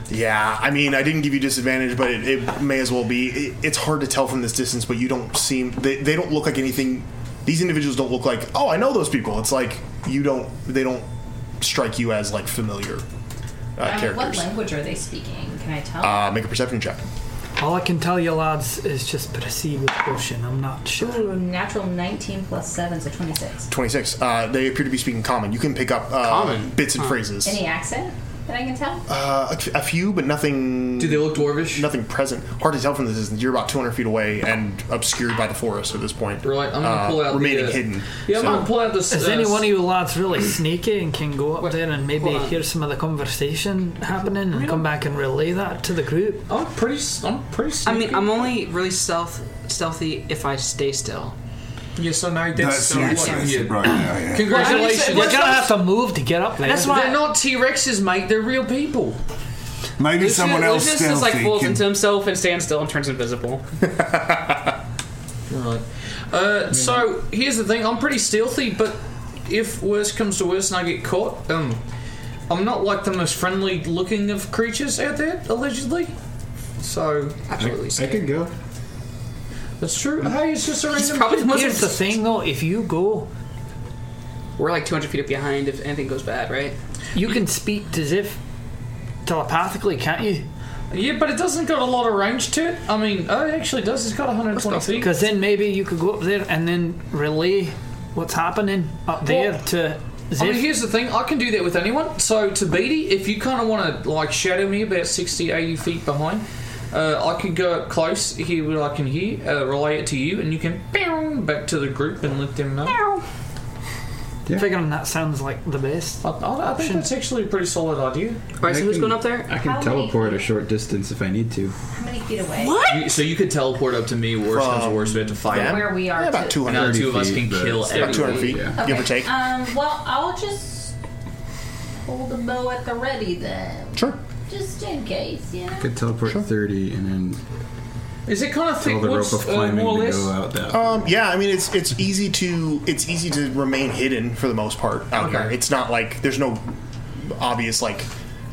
Yeah, I mean, I didn't give you disadvantage, but it, it may as well be. It, it's hard to tell from this distance, but you don't seem they, they don't look like anything. These individuals don't look like oh, I know those people. It's like you don't they don't strike you as like familiar uh,
Um, what
characters.
language are they speaking? Can I tell?
Uh, make a perception check.
All I can tell you, lads, is just proceed with caution. I'm not sure.
Ooh, natural 19 plus 7, so 26.
26. Uh, they appear to be speaking common. You can pick up uh,
Common?
bits and phrases.
Any accent that I can tell?
Uh, a, f- a few, but nothing. Do they
look dwarvish?
Nothing present. Hard to tell from this distance. You're about 200 feet away and obscured by the forest at this point.
Right. I'm gonna pull out the,
remaining
uh,
hidden.
Yeah, I'm
So-
gonna pull out this.
Is
uh,
any one of you lads really sneaky and can go up there and maybe
hold on.
hear some of the conversation happening and come back and relay that to the group?
I'm pretty. I'm pretty.
I mean, I'm only really stealth stealthy if I stay still.
Yeah, so now
That's
so
nice,
what-
nice,
yeah.
right, yeah, yeah.
Congratulations.
You're gonna have to move to get up there.
That's why they're not T Rexes, mate. They're real people.
Maybe
Lucius-
someone else
Lucius just like
stealthy
falls
can-
into himself and stands still and turns invisible.
Right. Uh, so here's the thing: I'm pretty stealthy, but if worse comes to worse and I get caught, um, I'm not like the most friendly-looking of creatures out there, allegedly. So
absolutely,
I, can go. That's true. Hey, it's just a
He's
random.
probably the most-
Here's the thing, though. If you go,
We're like 200 feet behind if anything goes bad, right?
you can speak as if telepathically, can't you?
Yeah, but it doesn't got a lot of range to it. I mean, oh, it actually does. It's got 120 feet.
Because then maybe you could go up there and then relay what's happening up there
Well,
to Ziff.
I mean, here's the thing. I can do that with anyone. So, to Beatty, if you kind of want to like shadow me about 60, 80 feet behind, Uh, I could go up close, hear what I can hear, uh, relay it to you, and you can bow back to the group and let them know.
Yeah. Figuring that sounds like the best.
I, I think that's actually a pretty solid idea.
Alright, so who's going up there?
I can
How many-
teleport a short distance if I need to.
How many feet away?
You- so you could teleport up to me. Worst comes to worst, we have to fight.
From where we are Yeah, about to-
And now the
230
two of us can
feet, but
kill
it's about 200
everybody.
feet, yeah.
Okay, Um, well, I'll just hold the bow at the ready then.
Sure.
Just in case, you know.
Could teleport 30 and then
Is it kind of
tell the rope of
uh,
climbing to go out that
Um, yeah, I mean it's it's easy to it's easy to remain hidden for the most part out here. It's not like there's no obvious like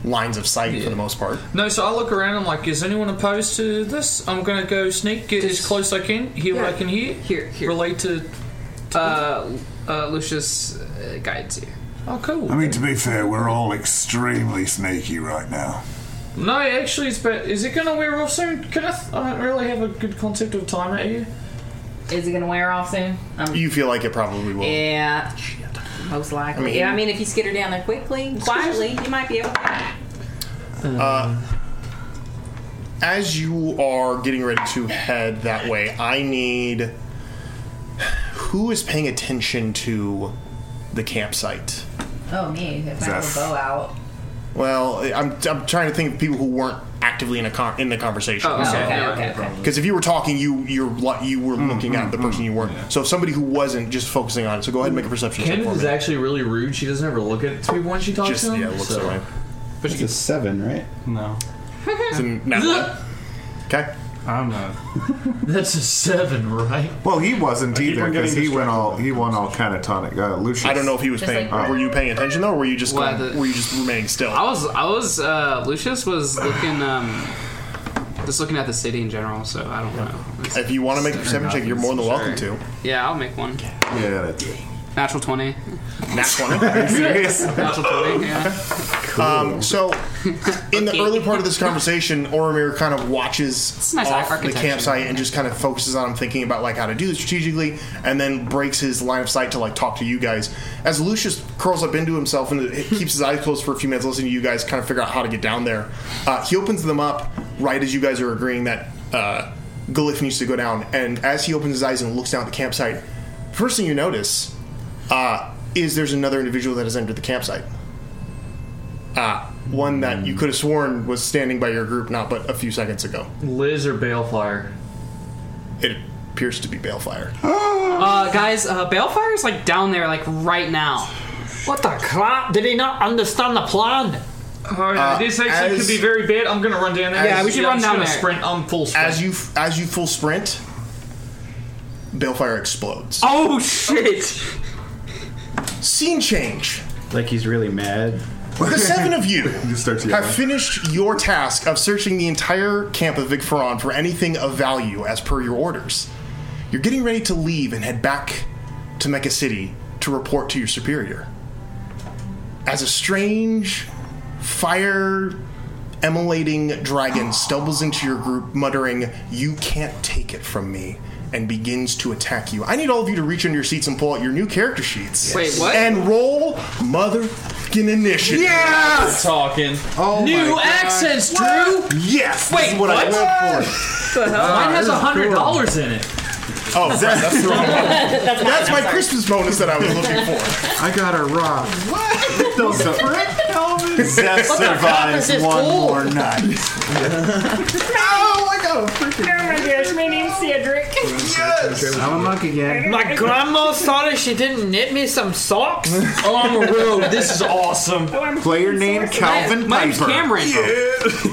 lines of sight for the most part.
No, so I look around. I'm like, is anyone opposed to this? I'm gonna go sneak, get as close as I can, hear what I can hear. Here, here. Relate to.
Uh, uh, Lucius uh, guides you.
Oh, cool.
I mean, to be fair, we're all extremely sneaky right now.
No, actually, it's better. Is it gonna wear off soon? Can I? Th- I don't really have a good concept of time out here.
Is it gonna wear off soon?
you feel like it probably will.
Yeah. Most likely.
I mean-
yeah, I mean, if you skitter down there quickly, quietly, you might be able to.
Uh, as you are getting ready to head that way, I need who is paying attention to the campsite.
Oh, me. If I have
Zeph.
a bow out.
Well, I'm, I'm trying to think of people who weren't actively in a con- in the conversation.
Oh, okay, okay, okay, okay.
Because if you were talking, you you're li- you were looking at the person you weren't. So if somebody who wasn't just focusing on it. So go ahead and make a perception check
Candace
for
is
me.
actually really rude. She doesn't ever look at people when she talks
Just-
to him.
yeah, looks
so.
away.
But she
It's a seven, right?
no.
Okay.
I'm not.
That's a seven, right?
Well, he wasn't
keep
either
on getting
because he went all he won all catatonic. Uh, Lucius.
I don't know if he was paying. were you paying attention though, or were you just
Well,
going-
the-
were you just remaining still?
I was, I was, uh, Lucius was looking, um, just looking at the city in general, so I don't know.
If you want to make a perception check, you're more than welcome
Sure.
to.
Yeah, I'll make one.
Yeah.
Natural 20.
Natural 20? Are you serious?
Natural 20, yeah.
Um, so, in the early part of this conversation, Oromir kind of watches
a nice
off the
architecture.
campsite and just kind of focuses on him thinking about like how to do this strategically, and then breaks his line of sight to like talk to you guys. As Lucius curls up into himself and it keeps his eyes closed for a few minutes, listening to you guys kind of figure out how to get down there, uh, he opens them up right as you guys are agreeing that uh, Glyph needs to go down. And as he opens his eyes and looks down at the campsite, first thing you notice uh, is there's another individual that has entered the campsite. Ah, one that you could have sworn was standing by your group not but a few seconds ago.
Liz or Balefire?
It appears to be Balefire.
uh, guys, uh, Balefire like down there, like right now.
What the crap? Did he not understand the plan?
Oh,
Uh,
Uh,
yeah, this actually could be very bad. I'm gonna run down there.
Yeah, we should run
I'm just
down
gonna
there.
Sprint. I'm full sprint.
As you as you full sprint, Balefire explodes.
Oh shit!
Scene change.
Like he's really mad.
The seven of you
yelling.
have finished your task of searching the entire camp of Vic Ferron for anything of value as per your orders. You're getting ready to leave and head back to Mecca City to report to your superior. As a strange, fire emulating dragon stumbles into your group, muttering, You can't take it from me. And begins to attack you. I need all of you to reach under your seats and pull out your new character sheets.
Wait, what?
And roll motherfucking initiative.
Yes!
Talking.
Oh
New accents, Drew.
Yes.
Wait,
This is what, I went for.
The hell? Mine has hundred dollars
in it.
Oh, right, that's the wrong one.
That's
that's,
mine,
my
I'm sorry.
Christmas bonus that I was looking for. I got a rock.
What? Those
Zeph
What the fuck
survives
is this
one
tool?
more night. I got a freaking.
Oh my gosh, my name's Cedric.
Yes. I'm a monk again.
My grandma sorry she didn't knit me some socks.
oh, I'm a rogue. This is awesome.
Player name Calvin
My name's
Piper.
Cameron.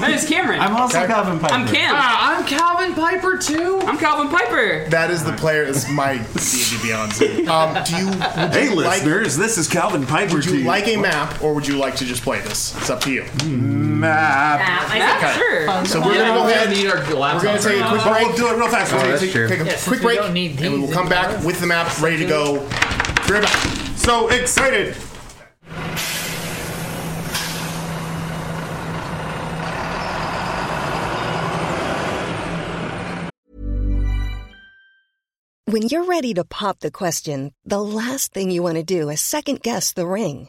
My name's Cameron.
I'm also Okay. Calvin Piper.
I'm Cam.
Ah,
I'm Calvin Piper too. I'm Calvin Piper.
That is the player. Is my D&D Beyond. Zone. Um, do you? Would
Hey,
you like,
listeners, this is Calvin Piper.
Would
to
you like a map, or would you like to just play this? It's up to you.
Map.
Map, I think, sure.
So we're
Yeah,
gonna go
we're
ahead.
gonna need our
We're gonna
laptops.
take a quick
Oh,
break.
we'll do it real fast. Oh,
We're gonna
that's
take,
true.
take a
Yeah, since
quick
we
break,
don't need
and we will
these
come back with the map ready to go. Be right back.
So excited.
When you're ready to pop the question, the last thing you want to do is second guess the ring.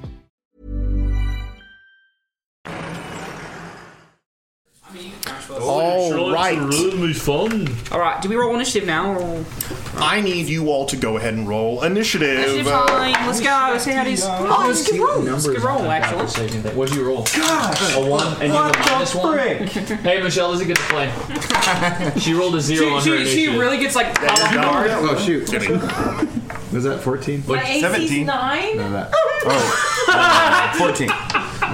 Oh,
All right.
All right. Do we roll initiative now? Or...
I need you all to go ahead and roll initiative.
Initiative time. Let's go. Let's see how these. Oh, let's get roll. Let's get roll. Actually.
What'd you roll?
Gosh.
A one and you have
What
a minus one. Hey Michelle, doesn't get to play. she rolled a zero
She-
on
she-
her
she
initiative.
really gets, like, Yeah, out of yeah. guard.
Oh, shoot. Was that 14?
My AC's nine.
No, that. Oh. 14.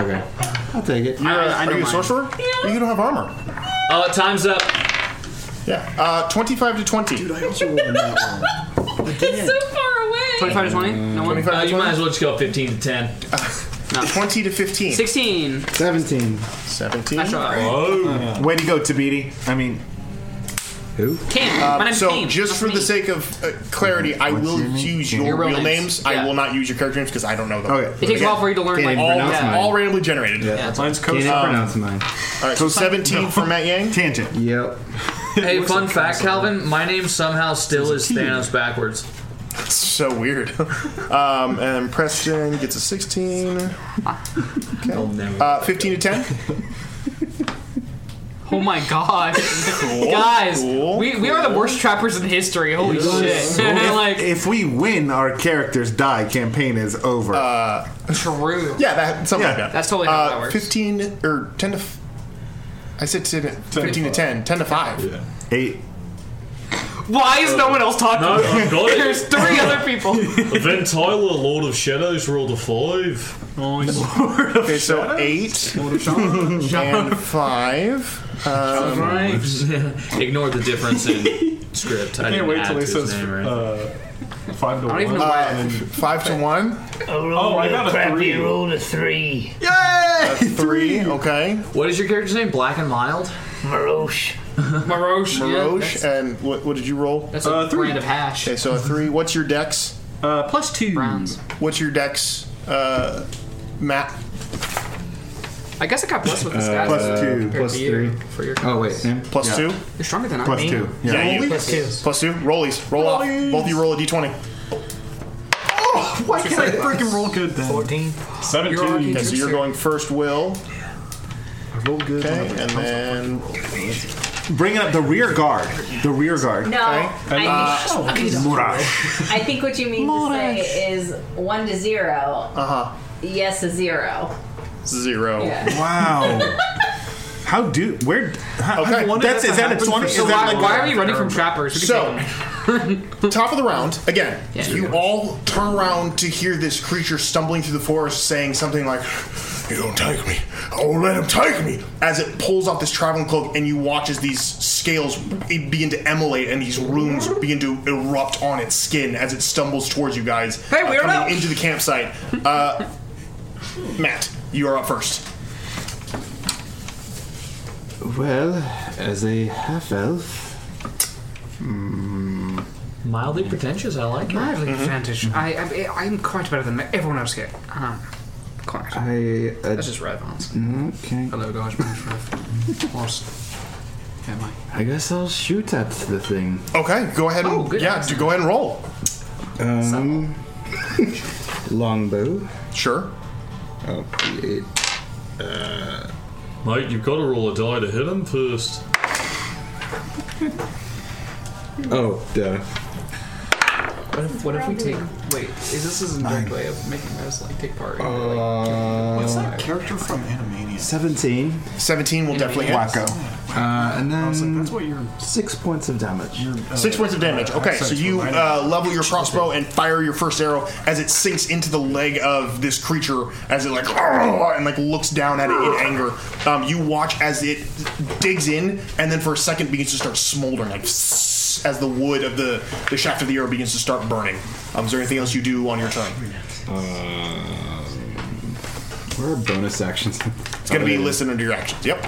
Okay. I'll take it.
You're a- are you a sorcerer? You don't have armor.
Oh, uh, time's up.
Yeah. Uh, 25 to 20. Dude, I also rolled that one.
It's so far away.
25 to 20? No one? Uh, you might as well just go 15 to 10.
20 to 15.
16.
17.
17.
That's right.
Way to go, Tabidi. I mean,
Oh. who?
Cam.
Uh,
My name's
so,
Cam.
just for the sake of uh, clarity, I will use your,
Your real
real
names.
names.
Yeah.
I will not use your character names because I don't know them.
Okay. It takes a while for you to learn, Can't like, even
all,
pronounce mine.
all randomly generated.
Yeah. Mine's Coach Can't
Um,
pronounce mine.
All right, so 17 for Matt Yang.
Tangent.
Yep.
Hey, fun fact, Calvin, my name somehow still is Thanos backwards.
So weird. Um, and Preston gets a 16. Okay. Uh, 15 to 10.
Oh my god.
Guys,
we, we are the worst trappers in history. Holy shit.
if,
like,
if we win, our characters die. Campaign is over. Uh,
true.
Yeah, that something
Yeah.
like that. Uh,
That's totally how that works.
Fifteen or ten to. F- I said 10 to- fifteen to 10. 10 to five. Yeah.
Eight.
Why is no one else talking?
No, I've got it.
There's three other people.
Event Tyler, Lord of Shadows, rolled a five. Nice.
Okay, so eight and five.
Oh,
Um,
Ignore the difference in script. I, didn't add to his name, right?
uh,
five
I
to
don't even know why I didn't-
Uh, five to one.
Oh, I got a
three.
rolled
a three.
Yay! three. Okay.
What is your character's name? Black and Mild.
Maroche.
Maroche.
yeah,
Maroche,
that's-
and what, what did you roll?
That's a Uh, three. brand of hash.
Okay, so a three. What's your dex?
Uh, plus two.
Rounds. What's your dex, uh, Matt?
I guess I got blessed with this
Uh,
guy.
plus
so-
two,
compared
plus
to you
three.
For your
Oh, wait. Sam?
Plus
Yeah.
two.
You're stronger than I
Plus
am.
two. Yeah, you.
Plus two.
Plus two. Rollies. Roll off. Both of you roll a d20.
Oh, why can't I freaking roll good then? 14. 17.
Okay, so you're going first, Will.
Roll good.
Okay, and then
Bringing up the rear guard. The rear guard.
No, I
And, uh,
think-
Murad.
I think what you mean to say is one to zero.
Uh huh.
Yes, a zero.
Zero.
Yeah.
Wow. How do where? How,
Okay,
that's is that a twenty? Is that like
So, top of the round again. you all turn around to hear this creature stumbling through the forest, saying something like, You don't take me. I won't let him take me. As it pulls off this traveling cloak, and you watch as these scales begin to emulate and these runes begin to erupt on its skin as it stumbles towards you guys.
Hey,
uh,
we're
coming
up.
into the campsite. Uh, Matt, you are up first.
Well, as a half elf.
Hmm.
Mm,
Mildly pretentious, I like it.
Mildly
Mildly
Mhm.
pretentious.
pretentious.
I, I, I'm quite better than everyone else here. Um, quite.
I. Uh, Mm,
That's just right, Vance.
Okay.
Hello, guys. My name's Rev. Horse. Yeah, mate.
I guess I'll shoot at the thing.
Okay, go ahead and yeah, do go ahead and roll.
Um, longbow.
Sure.
Oh, D8. Uh,
Mate, you've got to roll a die to hit him first.
oh, duh.
What if, what if we take. Wait, is this is a direct way of making us like take part? in it, like-
What's
that
Uh, character from Animania? Seventeen.
Seventeen will definitely hit. Wacko.
Uh, and then that's what you're. Six points of damage.
Uh,
Six points of damage. Okay, so you uh, level your crossbow and fire your first arrow as it sinks into the leg of this creature as it like "Argh," and like looks down at it in anger. Um, you watch as it digs in and then for a second begins to start smoldering like "Sss," as the wood of the the shaft of the arrow begins to start burning. Um, is there anything else you do on your turn?
Uh, where are bonus actions?
It's going to be listed under your actions. Yep.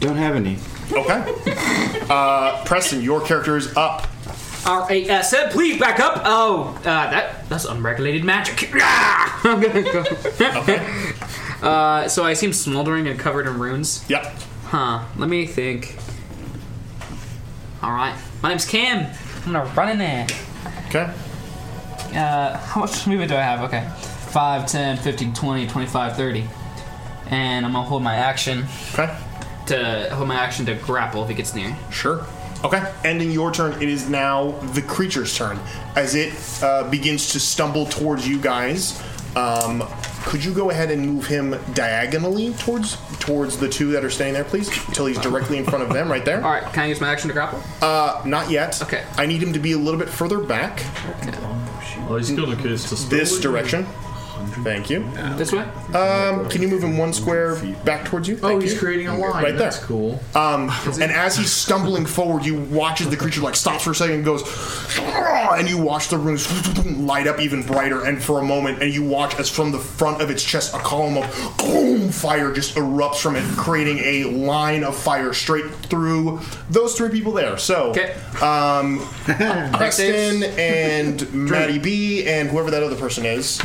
Don't have any.
Okay. Uh, Preston, your character is up.
R A S M, please back up. Oh, uh, that that's unregulated magic. Ah, I'm gonna go.
okay.
Uh, so I seem smoldering and covered in runes.
Yep.
Huh. Let me think. All right. My name's Cam. I'm gonna run in there.
Okay.
Uh, how much movement do I have? Okay. 5, 10, 15, 20, 25, 30. And I'm gonna hold my action.
Okay.
To hold my action to grapple if it gets near.
Sure. Okay. Ending your turn, it is now the creature's turn as it uh, begins to stumble towards you guys. Um, could you go ahead and move him diagonally towards towards the two that are staying there, please? Until he's directly in front of them, right there. All
right. Can I use my action to grapple?
Uh, not yet. Okay. I need him to be a little bit further back. Okay.
Oh, he's got a case to spell.
This direction. Thank you.
This way.
Um, can you move him one square back towards you? Thank
Oh, he's
you.
creating a line.
uh, Right there.
That's cool.
Um, and as he's stumbling forward, you watch as the creature like stops for a second and goes, and you watch the runes light up even brighter. And for a moment, and you watch as from the front of its chest, a column of boom, fire just erupts from it, creating a line of fire straight through those three people there. So, um, Preston and Maddie B and whoever that other person is.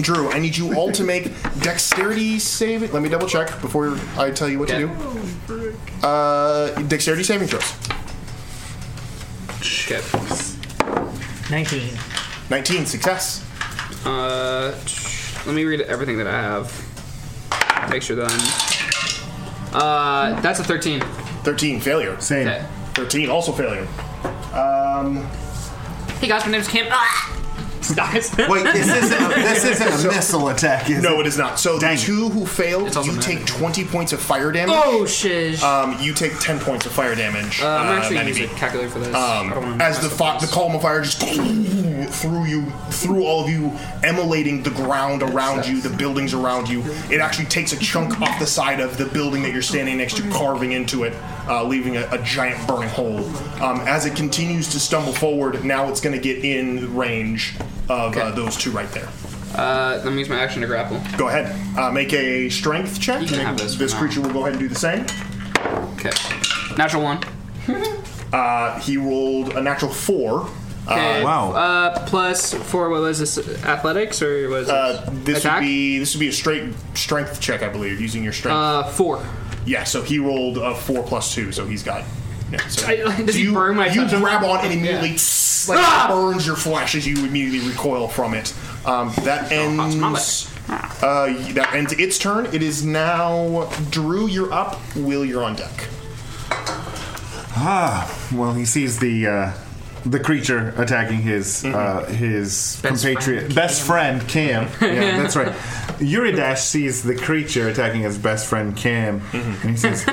Drew, I need you all to make dexterity saving. Let me double check before I tell you what to do.
Oh,
Uh, dexterity saving throws.
Okay. 19.
19, success.
Uh, tch, let me read everything that I have. Make sure that I'm. Uh, that's a 13.
13, failure. Same. 13, also failure. Um,
Hey guys, my name's Cam. Ah! Guys.
Wait,
this isn't a- this isn't a
missile attack, is no, it is not. So the two who failed, you take 20 points of fire damage.
Oh, shiz.
Um, you take 10 points of fire damage.
Uh, I'm
uh,
actually
Maddie
gonna use
B.
a calculator for this. I don't
Um,
wanna
as the
mess
fi- the column of fire just through you, through all of you, emulating the ground around you, the buildings around you. It actually takes a chunk off the side of the building that you're standing next to, carving into it, uh, leaving a, a giant burning hole. Um, as it continues to stumble forward, now it's going to get in range of uh, those two right there.
Uh, let me use my action to grapple.
Go ahead, uh, make a strength check.
You can have this for now.
creature will go ahead and do the same.
Okay. Natural one.
Uh, he rolled a natural four.
Okay,
Uh,
Uh, plus four. What was this? Athletics or was it?
Uh, this would be this would be a straight strength check, I believe, using your strength.
Uh, four.
Yeah, so he rolled a four plus two, so he's got. No, so
I- does he
you,
burn my
you
touch him?
grab on and immediately
Yeah.
tss, like
Ah!
burns your flesh as you immediately recoil from it. Um,
Oh,
that ends. Uh, that ends its turn. It is now Drew. You're up. Will, you're on deck.
Ah, well, he sees the uh, the creature attacking his uh, his compatriot, best friend Cam. yeah, that's right. Yuridash sees the creature attacking his best friend Cam, and he says,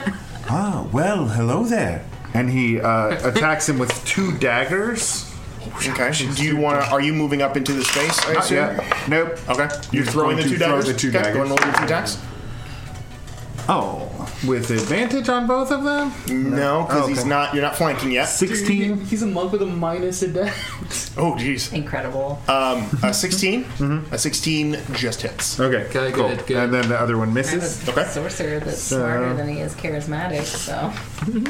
"Ah, well, hello there." And he uh, attacks him with two daggers.
Okay. Do you want to? Are you moving up into the space? I
Not
assume?
yet. Nope.
Okay. You're, throwing the
going
two
to throw
daggers.
the two
okay. Go
daggers.
and roll your two attacks.
Oh, with advantage on both of them?
No, because
Oh,
he's
okay.
not. You're not flanking yet.
Sixteen.
He's a monk with a minus a deck.
Oh, jeez.
Incredible.
Um, a 16 A sixteen just hits.
Okay. cool. And then the other one misses.
I have a sorcerer that's
So-
smarter than he is charismatic, so.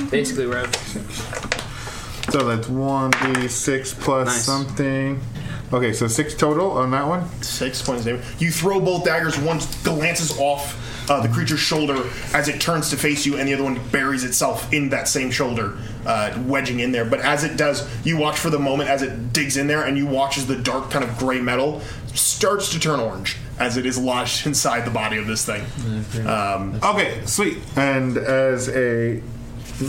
Basically, we're out.
So that's one d six plus
Nice.
something. Okay, so six total on that one.
Six points of damage. You throw both daggers. One glances off uh, the creature's shoulder as it turns to face you, and the other one buries itself in that same shoulder, uh, wedging in there. But as it does, you watch for the moment as it digs in there, and you watch as the dark kind of gray metal starts to turn orange as it is lodged inside the body of this thing. Um,
Okay, sweet. And as a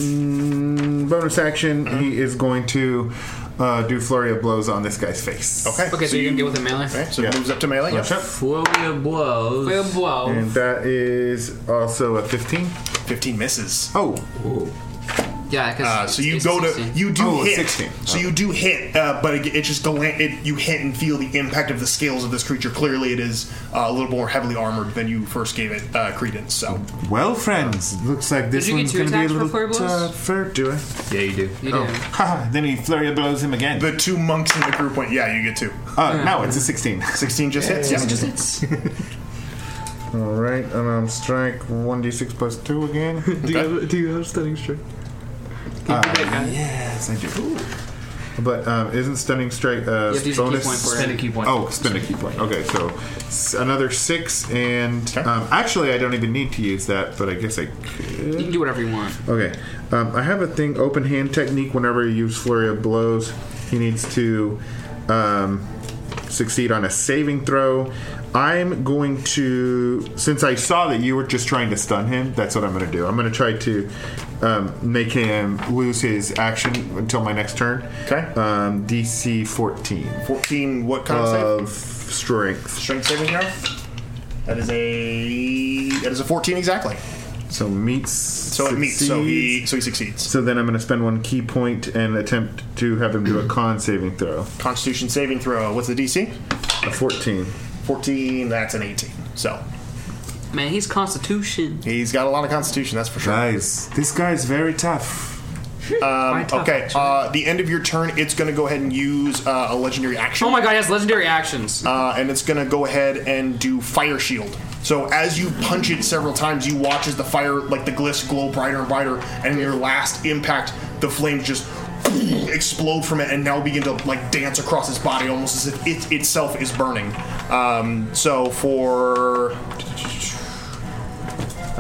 mm, bonus action,
Mm-hmm.
he is going to uh, do flurry of blows on this guy's face.
Okay.
Okay, so, you're gonna get with a melee.
so it moves up to melee.
Yep.
Flurry of blows. Flurry of
Oh.
blows.
And that is also a 15.
15 misses.
Oh.
Yeah, because
Uh, so you go to you do
Oh,
hit.
16.
So you do hit, uh, but it, it just glan- it, you hit and feel the impact of the scales of this creature. Clearly, it is uh, a little more heavily armored than you first gave it uh, credence. So
Well, friends, looks like this
Did you get
one's
two
going to be a
attacks for
little
flurry blows?
tougher. Do I?
yeah, you do.
You Oh. do. then he flurry of blows him again.
The two monks in the group went. Yeah, you get two.
Uh, No, it's a 16.
16 just hits. Yeah, just hits.
All right, and um, strike 1d6 plus 2 again.
Do you
have, do you have stunning strike?
Can you do that, guys?
Uh, yes, I do. But um, isn't stunning strike
You
uh,
have to use a key
bonus?
point for it. Spend a key point.
Oh, spend a key point. Okay, so s- another six, and um, actually, I don't even need to use that, but I guess I could.
You can do whatever you want.
Okay, um, I have a thing, open hand technique. Whenever you use flurry of blows, he needs to um, succeed on a saving throw. I'm going to, since I saw that you were just trying to stun him, that's what I'm going to do. I'm going to try to um, make him lose his action until my next turn.
Okay.
Um, DC 14.
14. What kind of save?
Of strength.
Strength saving throw. That is a that is a fourteen exactly.
So meets. So
it meets, so he- so he succeeds.
So then I'm going to spend one key point and attempt to have him do a con saving throw.
Constitution saving throw. What's the DC?
A 14.
14. That's an 18. So
Man, he's Constitution.
He's got a lot of constitution, that's for sure.
Guys, this guy's very tough.
Um, okay, uh, the end of your turn, it's going to go ahead and use uh, a legendary action.
Oh my god, he has legendary actions.
Uh, and it's going to go ahead and do fire shield. So as you punch it several times, you watch as the fire, like the glyphs, glow brighter and brighter. And in your last impact, the flames just explode from it and now begin to like dance across its body, almost as if it itself is burning. Um, so for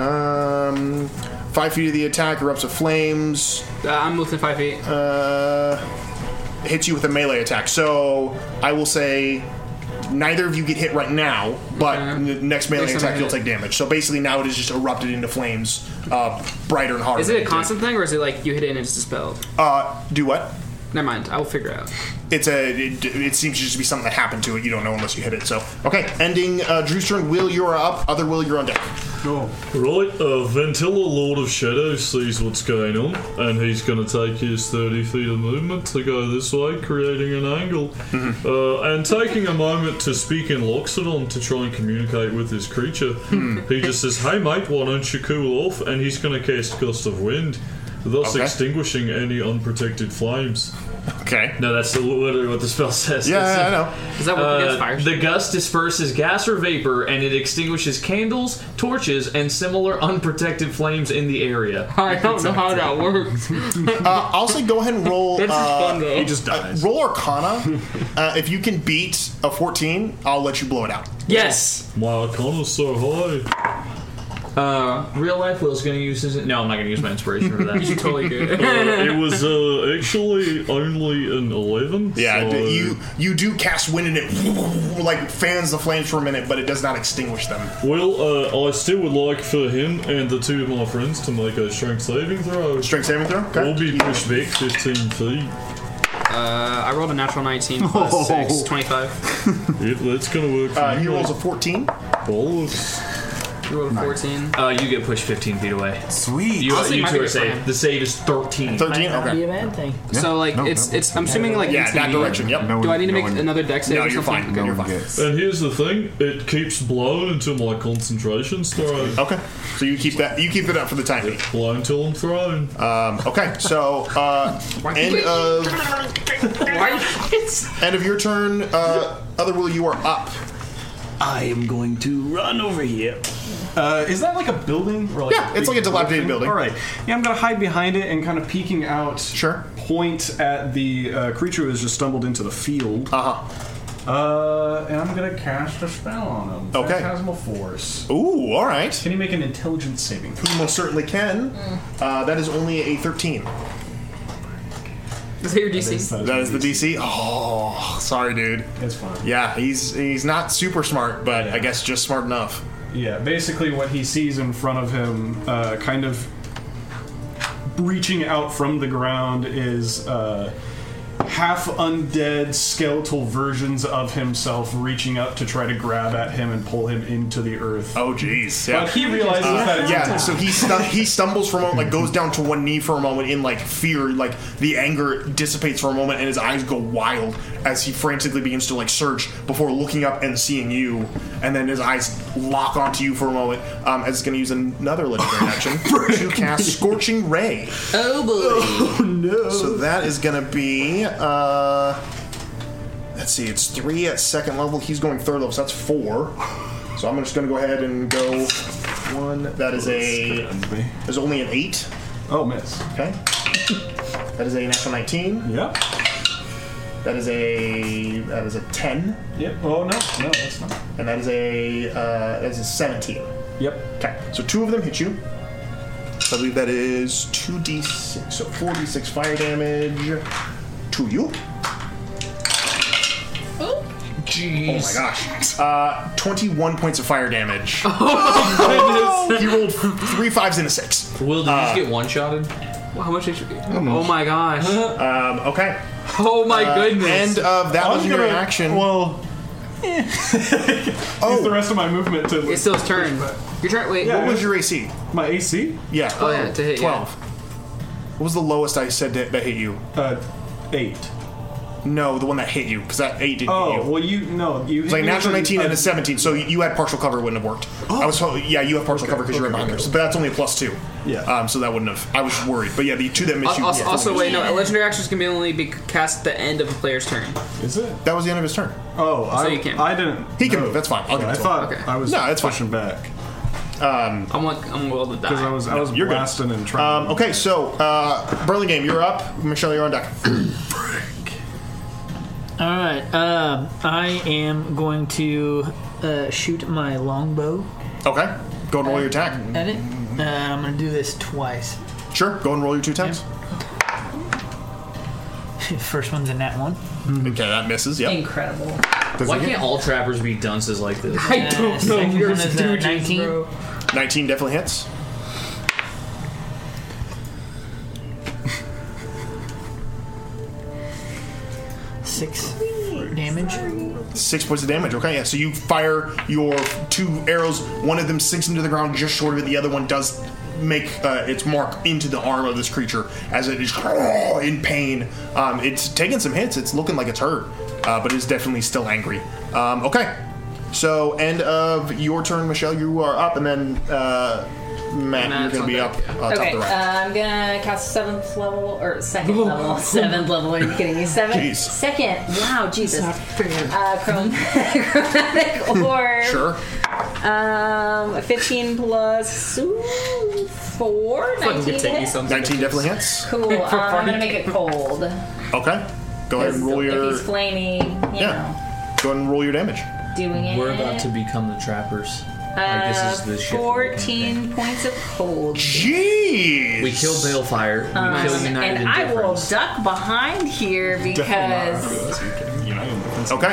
um, five feet of the attack erupts of flames.
Uh, I'm within five feet.
Uh, hits you with a melee attack. So I will say neither of you get hit right now, but the next melee
Next time I
attack
hit.
you'll take damage. So basically now it is just erupted into flames, uh, brighter and hotter.
Is
than
it a constant thing, or is it like you hit it and it's dispelled?
Uh, do what?
Never mind. Uh, I will figure out.
It's a. It, it seems to just be something that happened to it. You don't know unless you hit it. So okay, ending uh, Drew's turn. Will you're up. Other Will you're on deck.
No. Right, uh, Ventilla, Lord of Shadows, sees what's going on, and he's going to take his 30 feet of movement to go this way, creating an angle. Uh, and taking a moment to speak in Loxodon to try and communicate with this creature,
Hmm.
he just says, Hey mate, why don't you cool off? And he's going to cast Gust of Wind, thus
Okay.
extinguishing any unprotected flames.
Okay.
No, that's literally what the spell says.
Yeah,
It's-
yeah, I know.
Is that what
uh,
against fire?
The gust disperses gas or vapor, and it extinguishes candles, torches, and similar unprotected flames in the area.
I don't know how that works.
uh, I'll say go ahead and roll.
This is
uh,
fun, though. He just dies.
uh, roll Arcana. uh, if you can beat a 14, I'll let you blow it out.
Yes.
My arcana's so high. Uh, real life Will's gonna use his. No, I'm not gonna use my inspiration for that.
You should totally do it.
Uh, it was uh, actually only an eleven.
Yeah,
so-
you you do cast wind and it like fans the flames for a minute, but it does not extinguish them.
Well, uh, I still would like for him and the two of my friends to make a strength saving throw.
Strength saving throw?
We'll be pushed back 15 feet.
Uh, I rolled a natural 19 plus
Oh.
6, 25.
yep, that's gonna work.
Uh, he rolls a 14.
Bolus.
You rolled a 14.
Uh, you get pushed 15 feet away.
Sweet.
You, uh,
I'll see
you
my
two are
big
safe.
plan.
The save is 13.
Might not be a bad thing. So like it's it's I'm assuming like
yeah, that
18.
direction. Yep.
Do I need to make another deck save? or something? Okay.
And here's the thing: it keeps blowing until my concentration's thrown.
Okay, so you keep that you keep it up for the time being.
Blown till I'm thrown.
Um, okay, so uh, end of end of your turn. Uh, other will you are up.
I am going to run over here.
Uh, is that like a building? Or like
Yeah, it's
big
like a dilapidated building.
All right. Yeah, I'm gonna hide behind it and kind of peeking out. Sure. Point at the uh, creature who has just stumbled into the field. Uh-huh. Uh And I'm gonna cast a spell on him.
Okay.
Phantasmal force.
Ooh, all right.
Can you make an intelligence saving?
You most certainly can. Uh, that is only a 13.
Is that your DC?
That is the DC. Oh, sorry, dude.
It's fine.
Yeah, he's he's not super smart, but I guess just smart enough.
Yeah, basically what he sees in front of him, uh, kind of breaching out from the ground, is uh, half undead skeletal versions of himself reaching up to try to grab at him and pull him into the earth.
Oh, jeez.
But he realizes
Uh,
that it's
yeah. So he stu- he stumbles for a moment, like goes down to one knee for a moment in like fear, like the anger dissipates for a moment, and his eyes go wild as he frantically begins to like search before looking up and seeing you, and then his eyes lock onto you for a moment. Um, as it's going to use another legendary action to cast Scorching Ray.
Oh boy!
Oh no! So that is going to be. Uh, let's see, it's three at second level. He's going third level, so that's four. So I'm just going to go ahead and go one. That is a. There's only an eight.
Oh, miss.
Okay. That is a natural 19.
Yep.
That is a. That is a 10.
Yep. Oh no, no, that's not.
And that is a. Uh, that is a 17.
Yep.
Okay. So two of them hit you. So I believe that is 2d6. So 4d6 fire damage to you.
Oh. Jeez.
Oh my gosh. Uh, 21 points of fire damage.
Oh my
He rolled three fives and a six.
Will,
did you just
get one shotted?
Well, how much did you get? Oh my gosh.
Um, okay.
Oh my
Uh,
goodness.
end of that I was was your gonna- action.
Well.
oh.
the rest of my movement to.
It's still his turn. Your turn. Wait.
what was your AC?
My AC?
Yeah.
Oh, yeah, to hit, yeah.
12. What was the lowest I said that, that hit you?
Uh, 8.
No, the one that hit you, because that 8 didn't hit you.
Oh well, you no, you.
It was like a
you
natural
didn't-
19 and a 17, so you had partial cover, wouldn't have worked.
Oh.
I was told, yeah, you have partial cover because you're right behind her, but that's only a plus two. Yeah. Um, so that wouldn't have. I was worried, but yeah, the two that missed you.
Also,
yeah,
also
totally
wait, no. A
missed you.
legendary action can be only be cast at the end of a player's turn.
Is it?
That was the end of his turn.
Oh,
So
I,
you can't-
I didn't.
He can
know.
move. That's fine. I'll give
I
it to
thought
him.
I was.
No, that's fine.
pushing back.
Um,
I'm like, I'm willing to die.
Because I was, I was
You're good.
blasting and trying.
Um, okay, so uh, Burlingame, you're up. Michelle, you're on deck.
All right. Um, I am going to uh, shoot my longbow
okay, go and roll your attack.
at it. Uh, I'm going to do this twice.
Sure, go and roll your two attacks.
First one's a nat one.
Mm-hmm.
Okay, that misses. Yep.
Incredible.
Why can't all trappers be dunces like this?
I don't Uh, know. second You're one is, uh, stooges, 19. bro.
19 definitely hits.
Six damage.
Six points of damage. Okay, yeah. So you fire your two arrows. One of them sinks into the ground just short of it. The other one does make uh, its mark into the arm of this creature as it is in pain. Um, it's taking some hits. It's looking like it's hurt, uh, but it's definitely still angry. Um, okay. So end of your turn, Michelle. You are up, and then uh, Matt,
Matt's
you're
on
gonna be
deck,
up uh, top
okay,
of the
uh,
round.
I'm gonna cast seventh level or second level. Seventh level? Are you kidding me? Seventh,
Jeez.
second. Wow, Jesus. Uh, chrom- chromatic orb.
Sure.
Um, 15 plus ooh, four. 19 hits?
19 definitely hits.
Cool. Um, I'm gonna make it cold.
Okay. Go ahead and roll your.
If he's flamey, you
Go ahead and roll your damage.
know, doing it.
We're about to become the trappers.
Uh,
Like, this is the shit.
14 points of cold.
Jeez!
We kill Balefire. We
Um,
kill United
and I will duck behind here because
Okay.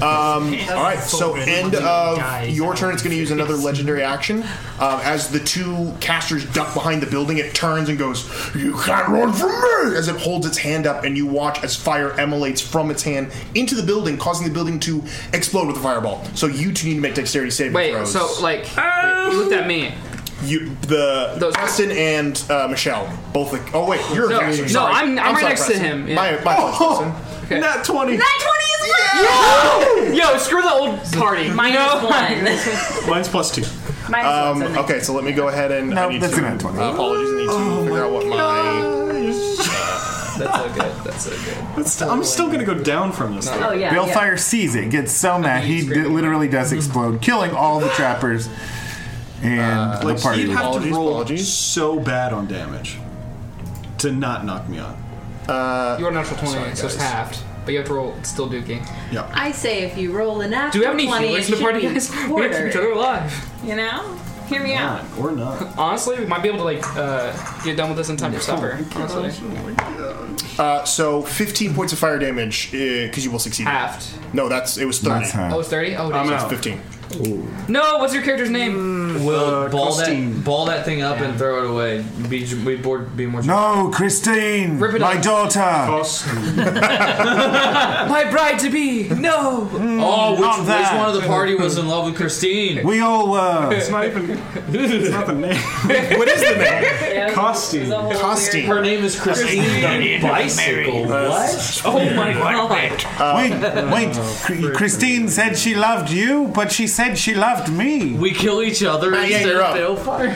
Um, all right. So end of your turn. It's going to use another legendary action. Um, as the two casters duck behind the building, it turns and goes, "You can't run from me!" As it holds its hand up, and you watch as fire emanates from its hand into the building, causing the building to explode with a fireball. So you two need to make dexterity saving
Wait,
throws.
so like
Oh.
wait, you looked at me.
You the Preston and uh, Michelle both. Like, oh wait, you're
No,
a caster.
no,
sorry.
I'm- I'm right
sorry,
next to
Preston.
him, yeah.
My, my
Oh,
fault,
Okay.
Nat 20.
Yo! Yo, screw the old party.
Minus
No.
Preston. Mine's plus two. Um, okay, so let me go ahead and I need
that's
to
a nat 20.
Uh, apologies, I need to figure out what my
That's so good. That's so good. I'm still gonna go down from this. Thing.
Oh, yeah, yeah.
Balefire sees it, gets so mad he d- literally does explode, killing all the trappers and
Uh, Like,
the party.
you'd have to roll so bad on damage to not knock me on.
Uh,
You're a natural 20,
sorry,
so it's
guys.
halved. But you have to roll it's still dookie.
Yeah.
I say if you roll an
Do
after
we have any
20,
healers
it
in the
should
party,
be
guys? We have to keep
quartered.
each other alive.
You know? Hear me out.
Or not.
Honestly, we might be able to like uh, get done with this in time for supper. Honestly.
Uh, so 15 points of fire damage because you will succeed. Halved. No, that's it was 30.
That's half. Oh, it's 30? Oh,
I'm
dang.
out. 15.
No, what's your character's name?
Hmm.
Uh,
Will ball
Christine.
that ball that thing up and throw it away. Be be, bored, be more.
Oh,
No, Christine,
Rip it
my
up.
daughter.
My bride to be. No.
Oh,
Mm, not
which, which
that.
one of the party was in love with Christine?
We all were.
Oh, It's not even. It's not the name.
what is the name?
Costume.
Costume.
Her name is Christine. the bicycle. What?
Oh my
Uh,
god.
Uh, wait,
Uh,
wait.
oh,
Cr- Christine said she loved you, but she said she loved me. Uh,
We kill each other
Matt, yeah,
instead
you're
of
up.
Balefire.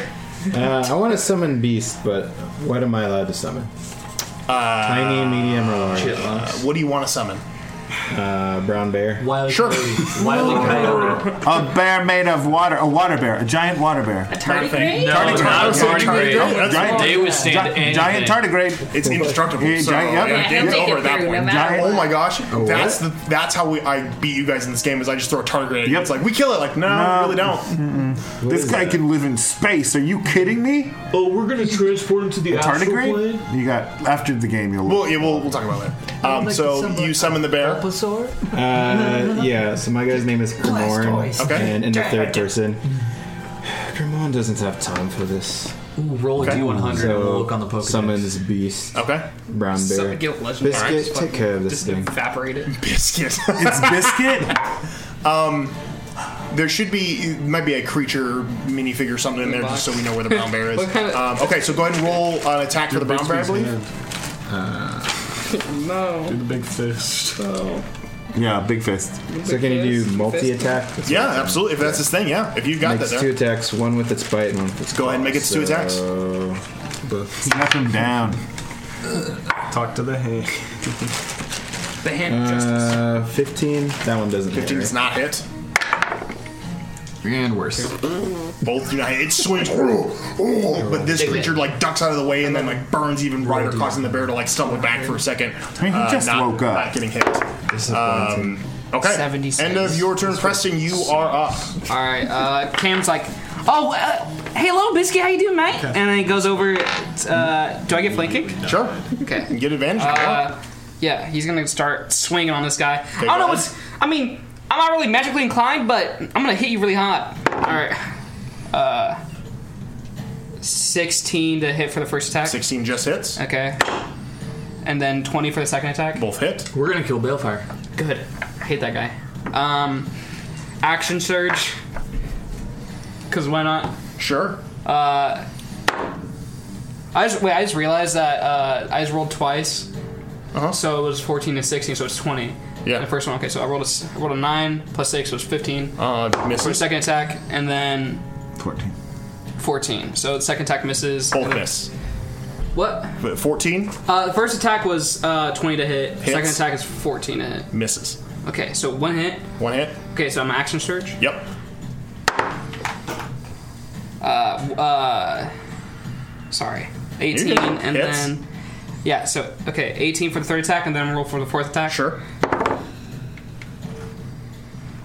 Uh, I want to summon beast, but what am I allowed to summon? Uh, Tiny, medium, or large?
Uh, what do you want to summon?
Uh, brown bear.
Wild sure.
Wily
A bear made of water, a water bear, a giant water bear. A
tardigrade? No,
tardigrade.
not a tardigrade.
Giant-
That's-
giant-
they withstand
gi- Giant
anything.
tardigrade.
It's indestructible.
Yeah,
so
giant,
yeah,
yep.
yeah,
yep.
game's over at that point.
Giant-
oh my gosh,
what?
that's the that's how we I beat you guys in this game is I just throw a target. at you. It's like we kill it. Like no, we really don't.
Mm-mm. This
is
guy
that?
can live in space. Are you kidding me?
Oh, we're gonna transport him to the
A
astral
tardigrade?
plane.
You got after the game. You'll.
Well, yeah, we'll, we'll talk about that. Um, so you summon the bear.
Uh, yeah, so my guy's name is Kermorn.
Blastoise. Okay.
And in the
Damn
third
it.
person. Kermorn doesn't have time for this.
roll a D100 and we'll look on the Pokedex.
Summons beast.
Okay.
Brown
So-
bear.
get a legendary.
Biscuit,
Just
take
fucking-
care of this
just
thing.
Evaporate it.
Biscuit.
it's biscuit.
Um, there should be it might be a creature minifigure something in there just so we know where the brown bear is.
What kind of-
um, okay, so go ahead and roll an attack for the brown bear, I believe. Oh.
no.
Do the big fist. Yeah, big fist.
So can you do multi attack?
Yeah, absolutely. If that's his thing, yeah. If you've got
Makes
that
two
there.
attacks, one with its bite and one with its
Go ahead and make its two attacks.
Knock him down.
Talk to the hand.
the hand
Uh, 15. That one doesn't
15
hit.
does not hit.
And worse.
Both do not hit. It swings. but this creature like ducks out of the way and then like burns even brighter, causing the bear to like stumble back for a second.
I mean, he
uh,
just
not,
woke up.
Not getting hit. Um, okay.
76.
End of your turn, Preston. You are up.
All right. Uh, Cam's like, oh, uh, hey, hello, biscuit. How you doing, mate? And then he goes over. Uh, do I get flank kicked?
Sure.
Okay.
Get advantage.
Uh, yeah, he's gonna start swinging on this guy. I don't
go
know
ahead.
what's. I mean, I'm not really magically inclined, but I'm gonna hit you really hard. All right. Uh, sixteen to hit for the first attack.
Sixteen just hits.
Okay. And then twenty for the second attack.
Both hit.
We're gonna kill Balefire.
Good. I hate that guy. Um, action surge. Cause why not?
Sure.
Uh, I just wait. I just realized that uh, I just rolled twice.
Uh-huh.
So it was fourteen to sixteen. So it's twenty.
Yeah.
The first one. Okay. So I rolled a s I rolled a nine plus six. So it's fifteen.
Uh,
For the
misses.
second attack, and then
fourteen.
Fourteen. So the second attack misses.
Both
and then-
miss.
What?
But Fourteen
Uh, the first attack was uh, twenty to hit.
Hits.
Second attack is fourteen to hit.
misses.
Okay. So one hit.
One hit.
Okay. So I'm action surge.
Yep.
Uh, uh, sorry,
You're
18,
good.
and
Hits.
then yeah. So okay, 18 for the third attack, and then roll for the fourth attack.
Sure.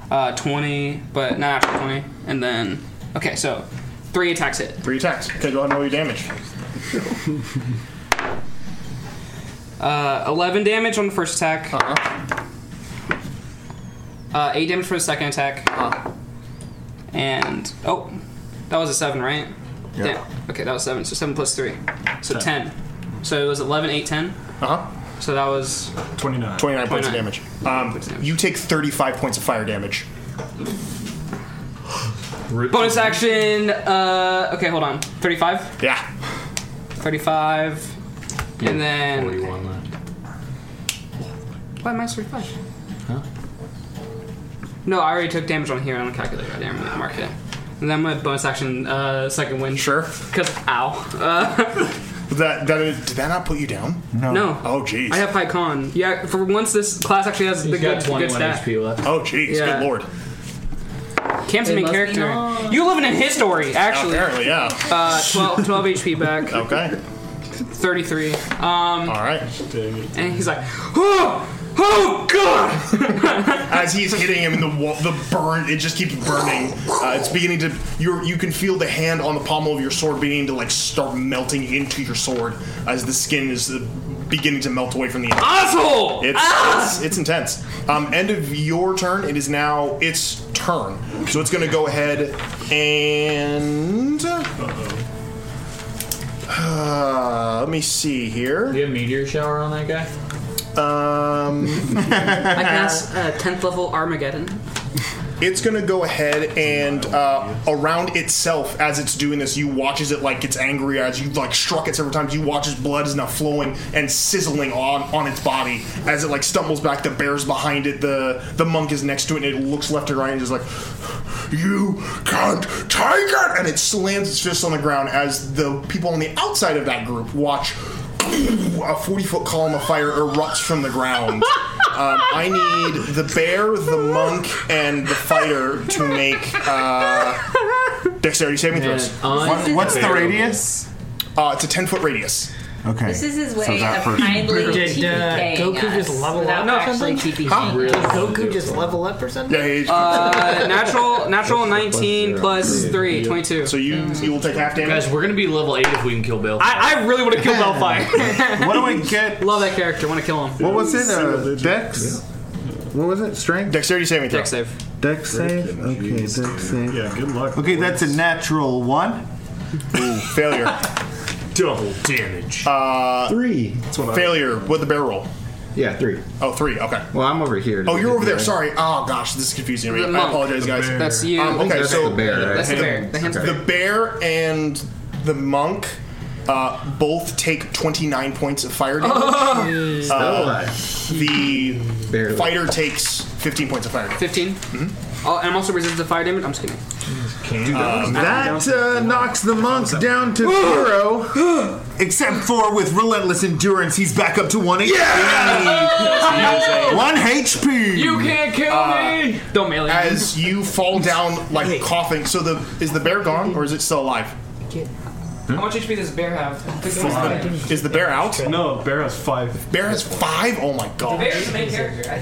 Uh, 20, but not after 20, and then okay, so three attacks hit.
Three attacks. Okay, go ahead and roll your damage.
Uh, 11 damage on the first attack. Uh-huh. Uh, eight damage for the second attack.
Uh-huh.
And oh, that was a seven, right?
Yeah.
Okay, that was seven. So seven plus three, so
Ten.
ten. So it was 11, 8, 10.
Uh huh.
So that was
29. 29 points of
29.
damage. Um, You take 35 points of fire damage.
bonus action. Uh, okay, hold on. Thirty-five.
Yeah.
Thirty-five, and then. Forty-one Why minus thirty-five?
Huh?
No, I already took damage on here on the calculator. I didn't mark it. And then my bonus action, uh, second wind.
Sure.
Because ow. Uh,
that that is, did that not put you down?
No.
Oh jeez.
I have high con. Yeah, for once this class actually has the good, good stat.
Oh jeez,
Yeah.
good lord.
Cam's a
It
main
must be
character.
nice.
You living in his story, actually.
Apparently, yeah.
Uh, 12, 12 HP back.
Okay.
33. Um, All
right.
And he's like, oh, oh god!
As he's hitting him, the wa- the burn it just keeps burning. Uh, it's beginning to you you can feel the hand on the pommel of your sword beginning to like start melting into your sword as the skin is uh, beginning to melt away from the inside.
Asshole!
It's,
Ah!
it's it's intense. Um, end of your turn. It is now its turn, so it's going to go ahead and. Uh, let me see here. Do you have meteor shower on that guy? Um,
I cast uh, 10th level Armageddon.
It's gonna go ahead and uh, around itself as it's doing this. You watch as it like gets angry as you like struck it several times. You watch as blood is now flowing and sizzling on on its body as it like stumbles back. The bear's behind it. The the monk is next to it and it looks left and right and is like, "You can't take it!" And it slams its fist on the ground as the people on the outside of that group watch a 40 foot column of fire erupts from the ground. Um, I need the bear, the monk, and the fighter to make uh, dexterity saving throws.
Man, What- I'm what's the terrible. radius?
Uh, it's a 10 foot radius.
Okay.
This is his
So
way
that
of
first-
kindly
Did, uh,
TPKing
Goku
us
just level
without
up or
actually
something?
TPKing
Huh?
us.
Did Goku just level up or something?
Yeah, he's
Uh, natural natural 19 plus 3, 22. So
you you will take half damage?
Guys, we're gonna be level 8 if we can kill Bill.
I, I really want to kill Bellfire.
What do I
get?
Love that character. Want to kill him.
What was it? Uh, Dex? What was it? Strength?
Dexterity saving
throw. Dex save.
Dex save? Okay, Dex save.
Yeah, good luck.
Okay, that's a natural one.
failure. Double damage. Uh,
Three.
what I-
failure with the bear roll.
Yeah, three.
Oh, three. Okay.
Well, I'm over here.
Oh, you're over there. Sorry. Oh gosh, this is confusing me.
The
I
monk.
apologize,
The
guys.
bear. That's you.
Um, okay,
That's
so
the bear, right? That's the bear. The hand's
the bear and the monk uh, both take 29 points of fire damage.
Oh.
Uh,
Still alive.
the fighter takes 15 points of fire damage.
15? Mm-hmm. Oh, and I'm also resistant to fire damage. I'm just kidding.
Dude, that was-
that uh, knocks the monk down to zero, except for with relentless endurance, he's back up to one HP.
Yeah!
one HP.
Uh,
Don't melee me.
As you fall down, like coughing. So the is the bear gone or is it still alive?
How much HP does Bear have?
Is the, is the bear out?
No, bear has five.
Bear has five. Oh my god.
It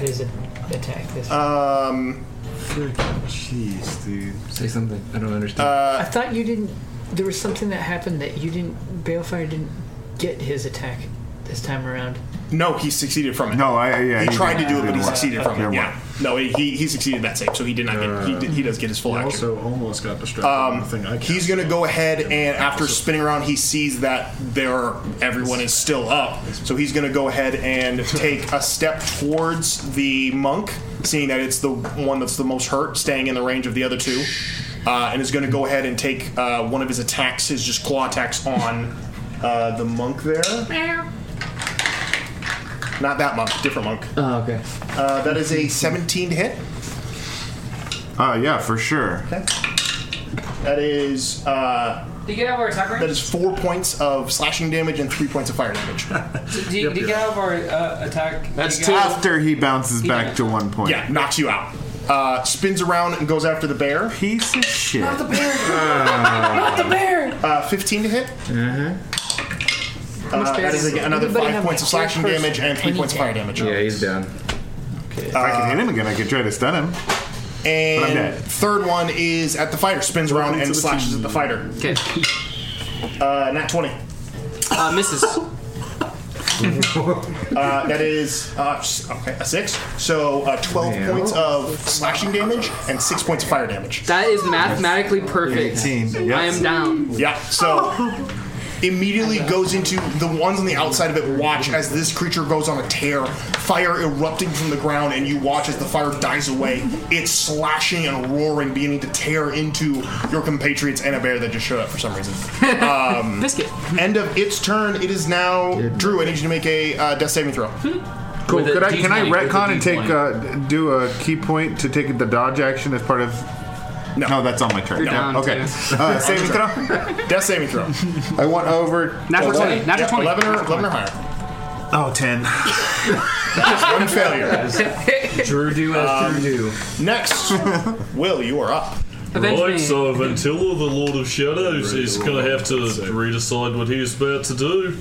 is an attack. This
Um.
Jeez, dude. Say something. I don't understand.
uh,
I thought you didn't. There was something that happened that you didn't. Balefire didn't get his attack this time around.
No, he succeeded from it.
No, I yeah.
he, tried to do it, but he
didn't work.
succeeded from
Didn't
it.
work.
Yeah. No, he, he he succeeded that save, so he did not get. He, did, he does get his full action.
Also, almost got distracted.
Um, he's going to go ahead and after spinning around, he sees that there are, everyone is still up. So he's going to go ahead and take a step towards the monk, seeing that it's the one that's the most hurt, staying in the range of the other two, uh, and is going to go ahead and take uh, one of his attacks, his just claw attacks on uh, the monk there. Not that monk, different monk.
Oh, okay.
Uh, that is a 17 to hit.
Oh yeah, for sure.
That is. Uh,
Do you get out of our attack range?
That is four points of slashing damage and three points of fire damage.
Do you, do you get out of our uh, attack? Do you get out-
after he bounces back to one point.
Yeah, knocks you out. Uh, spins around and goes after the bear.
Piece of shit.
Not the bear.
Not
the bear. Uh, Fifteen to hit.
Uh-huh.
Uh, that is again, another
Everybody
five
have
points of
my whole
slashing damage
person.
and three points of fire damage. Uh,
Yeah, he's down.
If I can hit him again, I could try to stun him. But I'm
And
dead.
third one is at the fighter. Spins around and slashes at the fighter.
Okay.
Uh, nat twenty.
Uh, misses.
uh, that is uh, s- okay, a six. So uh, twelve
Yeah.
points of slashing damage and six points of fire damage.
That is mathematically perfect. I am down.
Yeah. So immediately goes into the ones on the outside of it. Watch as this creature goes on a tear, fire erupting from the ground, and you watch as the fire dies away. It's slashing and roaring, beginning to tear into your compatriots and a bear that just showed up for some reason. Um, Biscuit. End of its turn. It is now Drew. I need you to make a uh, death saving throw.
Cool.
Hmm. With a
Could I, can I
D20, with a
retcon and take
D20.
uh, d- do a key point to take the dodge action as part of?
No,
that's on my turn.
You're
Yeah,
down,
okay.
too.
Uh, saving throw.
Death saving throw.
I want over.
Natural 20,
11.
natural 20. 11 or- 11 or higher.
Oh, 10.
One failure.
Drew do as
Um,
Drew do.
Next, Will, you are up.
right, so Ventilla, the Lord of Shadows, is going to have to redecide what he is about to do,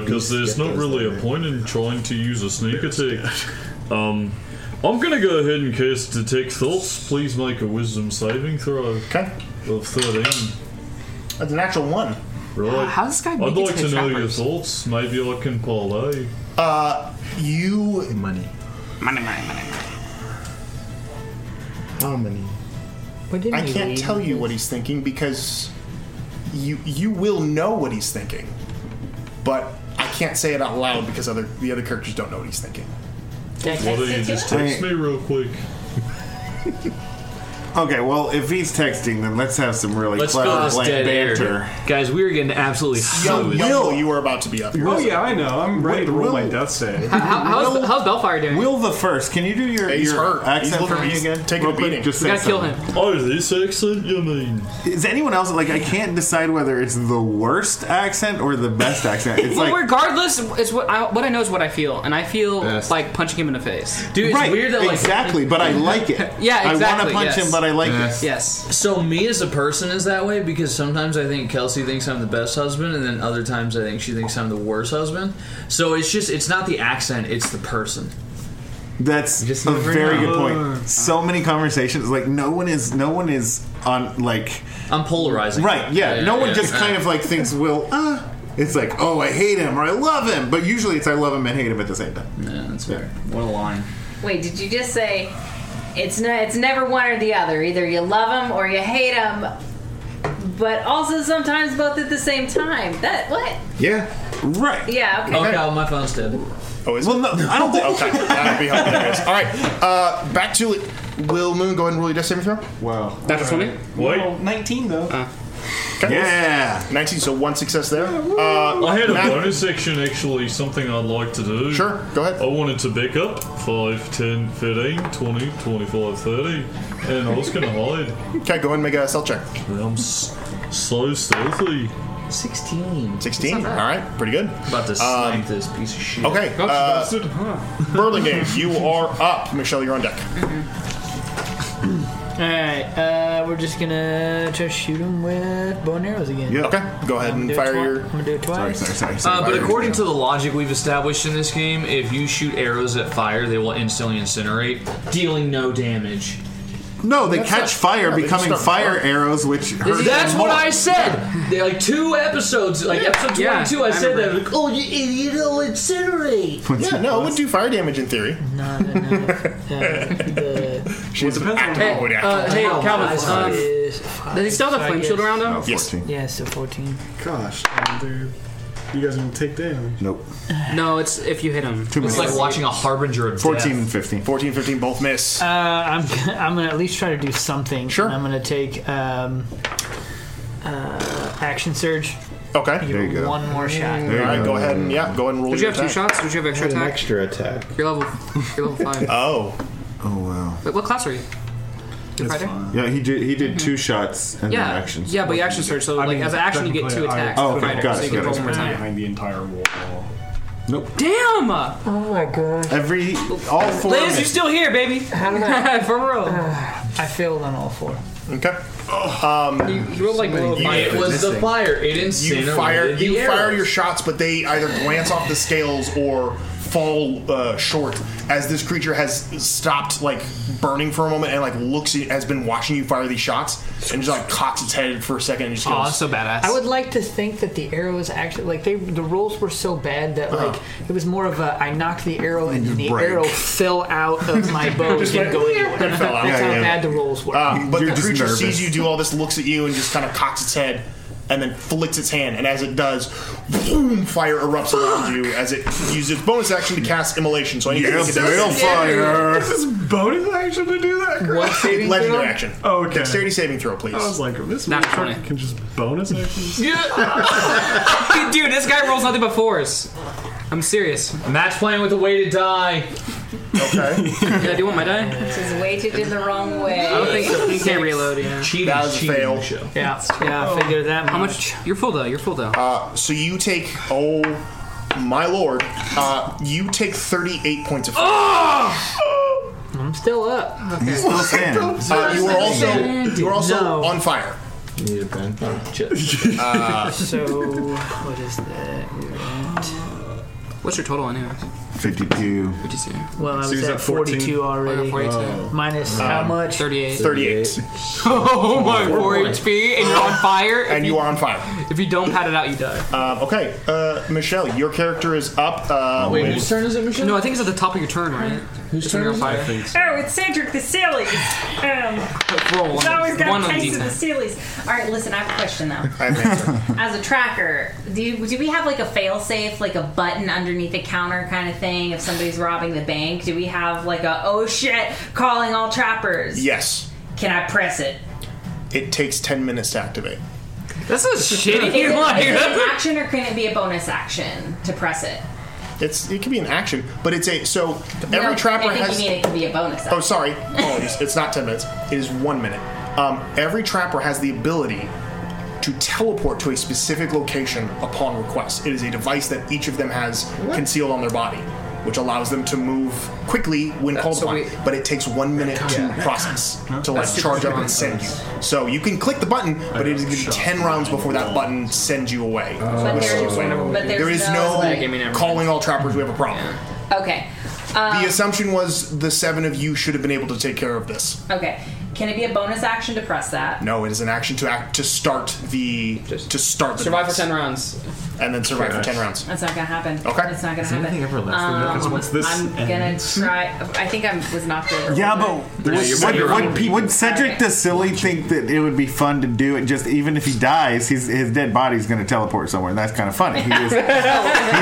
because there's not really a point in trying to use a sneak attack. Um, I'm going to go ahead and cast Detect Thoughts. Please make a Wisdom saving throw.
Okay.
Of 13.
That's a natural one.
Right.
How does this guy
I'd
make it
like
to
to
the
know your
trappers?
thoughts. Maybe I can parlay.
Uh, you money, money, money, money. How many?
didn't
I
we
can't
read?
tell you what he's thinking because you you will know what he's thinking, but I can't say it out loud because other the other characters don't know what he's thinking.
Why don't you just text me real quick?
Okay, well, if he's texting, then let's have some really
Let's fill
clever
this
bland
dead air.
banter.
Guys, we are getting absolutely
Yo, Will, you were about to be up.
Oh yeah, I know. I'm ready to roll my death save.
how's,
how's Belfire doing?
Will the first. Can you do your,
He's
your
hurt.
accent
He's
for
looking-
me
he's
again?
taking a
Real quick,
beating.
Just
We
say
gotta kill
something.
Oh, this accent, you mean?
Is anyone else like I can't decide whether it's the worst accent or the best accent? It's
well,
like
regardless, it's what I what I know is what I feel, and I feel
Best.
like punching him in the face.
Dude, it's Right, weird that, like- exactly, but I like it. I
yeah,
wanna
exactly.
punch
yes.
him, but I like it.
Yes.
So me as a person is that way because sometimes I think Kelsey thinks I'm the best husband, and then other times I think she thinks I'm the worst husband. So it's just it's not the accent, it's the person.
that's a
never
very
know. Uh-huh.
good point. So many conversations like no one is no one is on like
I'm polarizing.
Right? Yeah.
Yeah,
no one
yeah,
just
yeah.
kind of like thinks will. Uh, it's like oh I hate him or I love him, but usually it's I love him and hate him at the same time.
Yeah, that's fair. What a line.
Wait, did you just say it's no, it's never one or the other? Either you love them or you hate them, but also sometimes both at the same time. That what?
Yeah. Right.
Yeah. Okay.
Oh god, my phone's dead.
Oh, is
well, no, I don't think.
okay, that would be hilarious. All right, uh, back to it. Will Moon, go ahead and roll your death saving throw.
Wow.
That's funny.
Well, 19 though.
Yeah. 19, so one success there. Uh,
I had a
Matt-
bonus action, actually, something I'd like to do. Sure,
go ahead.
I wanted to back up 5, 10, 15, 20, 25, 30, and I was going to hide.
Okay, go ahead and make a stealth check.
I'm s- so stealthy.
16.
16, all right, pretty good.
About
Um,
to snipe this piece of shit.
Okay, uh, Burlingame, you are up. Michelle, you're on deck.
Alright, uh, we're just gonna try to shoot him with bow and arrows again.
Okay, go ahead
I'm
and
gonna do it
fire
twi-
your.
I'm gonna do it twice.
sorry.
Uh,
Fire
but according
your- according
to the logic we've established in this game, if you shoot arrows at fire, they will instantly incinerate, dealing no damage.
No, they
That's
catch
not-
fire,
yeah, they
becoming
start
fire
burning.
arrows, which hurts
That's
them
what
more.
I said. They- Like two episodes, like episode
Yeah,
twenty-two, I,
I
said that.
remember.
Like, oh, you idiot! It'll incinerate.
Yeah, no, it would do fire damage in theory. She's an active
Hey, uh, hey,
Oh,
Calvin,
nice.
um,
Does he still have a flame shield around him?
Yes.
Yeah, so 14.
Gosh,
dude. You guys are gonna take damage.
Nope.
No, it's if you hit him.
Two
it's like
minutes.
watching
a harbinger of
14 and 15.
14, 15, both miss.
Uh, I'm, gonna- I'm gonna at least try to do something. Sure. I'm gonna take um, uh, action surge.
Okay.
There you go. One more shot.
All right, go ahead and yeah, go ahead and roll.
Did you
your
have two
attack.
shots? Did you have extra I had an attack?
extra attack.
You're level. You're level five.
Oh.
Oh wow.
Wait, what class are you? Good Fighter?
Yeah, he did. He did
Mm-hmm.
two shots and
Yeah,
then actions.
yeah, but you action search, so like as an action you get two attacks.
Oh, okay,
for fighter,
got
so
it,
you can
got
roll
it.
more time.
behind the entire wall.
Nope.
Damn! Oh my god.
Every all four.
Liz,
of
you're
it.
still here, baby. How Uh.
did I-
For real.
I failed on all four.
Okay.
Oh,
Um, you,
rolled like
below five. It was the fire. It
You
incinerated
fire.
the
You fire
arrows.
your shots, but they either glance off the scales or fall uh, short as this creature has stopped like burning for a moment and like looks at- has been watching you fire these shots and just like cocks its head for a second and just goes.
Aw, that's so badass.
I would like to think that the arrow is actually like they the rolls were so bad that
Uh-huh.
like it was more of a I knocked the arrow and the
break.
arrow fell out of my bow and
Just
didn't
like,
go anywhere.
and fell out.
That's
Yeah,
how
yeah.
bad the rolls were.
Um, but the creature sees you do all this, looks at you, and just kind of cocks its head, and then flicks its hand. And as it does, boom! Fire erupts around you as it uses its bonus action to cast immolation. So I need
Yeah,
to make a
bale
dexterity saving
fire.
throw.
This is
bonus action to do that? What
saving
Legendary
throw?
action.
Oh, okay.
Dexterity saving throw, please.
I was
like, this
Not
I can just bonus actions.
Yeah. Dude, this guy rolls nothing but fours. I'm serious. Matt's playing with a way to die.
Okay.
yeah, do you want my die?
Which is weighted in the wrong way.
I don't think so. You can't reload, yeah. Cheating,
That was a cheating fail. show.
Yeah, yeah, I figured that How much? You're full though, you're full though.
Uh, so you take, oh my lord, uh, you take 38 points of fire.
Ah!
I'm still up. Okay.
He's still standing. Uh, you were also- you were also on fire.
Need a pen?
Uh,
so what is that?
What's your total anyway?
52.
Well, I
So
was
he's
at,
at 14.
42 already.
Oh, 42. Oh.
Minus
Um,
how much?
38.
38.
Oh my,
Four
4
points.
HP, and you're on fire.
and you are on fire.
If you don't pat it out, you die.
Uh, okay, uh, Michelle, your character is up. Uh, with-
is it, Michelle? No, I think it's at the top of your turn, right? Whose turn is fire.
Oh, it's Cedric the Sillies. Um,
Roll
he's
one.
always got
Oh, One
a
on
taste of the
D10.
Sillies. All right, listen, I have a question though.
As a tracker, do you, do we have like a fail safe, like a button underneath the counter kind of thing if somebody's robbing the bank? Do we have like a oh shit calling all trappers?
Yes.
Can I press it?
It takes 10 minutes to activate.
This is shitty.
Is it, is it an action or can it be a bonus action to press it?
It's it can be an action, but it's a so every
No,
trapper
I think
has.
you mean it can be a bonus action.
Oh, sorry. Apologies. it's not 10 minutes. It is one minute. Um, every trapper has the ability to teleport to a specific location upon request. It is a device that each of them has concealed on their body, which allows them to move quickly when
That's
called
so
upon.
we-
But it takes one minute to process, to like
That's the
charge up and
difference.
send you. So you can click the button, but it is going to be 10 rounds before that button sends you away.
But
Which is
there's-
when-
but there's
there is no
no, like-
calling all trappers, we have a problem.
Okay. Um,
The assumption was the seven of you should have been able to take care of this.
okay. Can it be a bonus action to press that?
No, it is an action to act to start the to start the
survive
device.
for 10
rounds,
and then survive for ten rounds. Um,
That's not gonna happen. Okay. It's not gonna
Does
happen.
anything ever last than that? 'Cause once this
Um, I'm gonna
ends-
try. I think I was knocked over.
Yeah,
wasn't
but would, would- would Cedric the Silly think that it would be fun to do it? Just even if he dies, his his dead body's going to teleport somewhere. That's kind of funny. He just,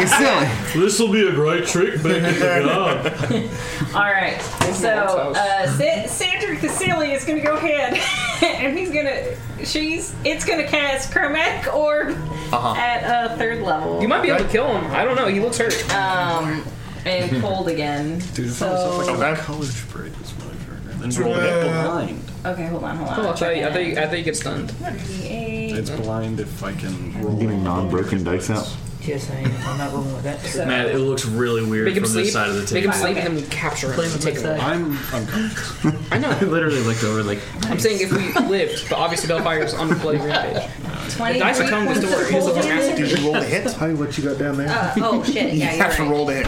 he's silly.
This will be a great trick back in the garden.
All
right.
So uh, Sa- Cedric the Silly is going to go ahead, and he's going to. She's. It's going to cast Chromatic Orb
Uh-huh.
at a uh, third level.
You might be able to kill him. I don't know. He looks hurt.
Um, and cold again.
Dude, if I was
so,
up like
okay.
College break is my favorite.
It's
Then roll
Oh, really-
it blind.
okay, hold on, hold on.
Cool, I thought you, I thought you, I thought you get stunned.
It's
Mm-hmm.
blind if I can roll.
Getting non-broken dice out.
Yes, I am. I'm not rolling with that. too.
Man, it looks really weird
Make him
from
sleep.
this side of the
Make
table.
him sleep, and then we capture him.
Blame
and
it
take
like
him away.
that.
I'm unconscious.
I know.
I literally looked over like.
I'm saying if we lived, but obviously Bellfire's on the bloody rampage. The dice are telling the story. It's a long ass-
Did you roll the hit?
Honey, what you got down there?
Uh, oh shit!
You
Yeah, you're
have to
right.
roll the hit.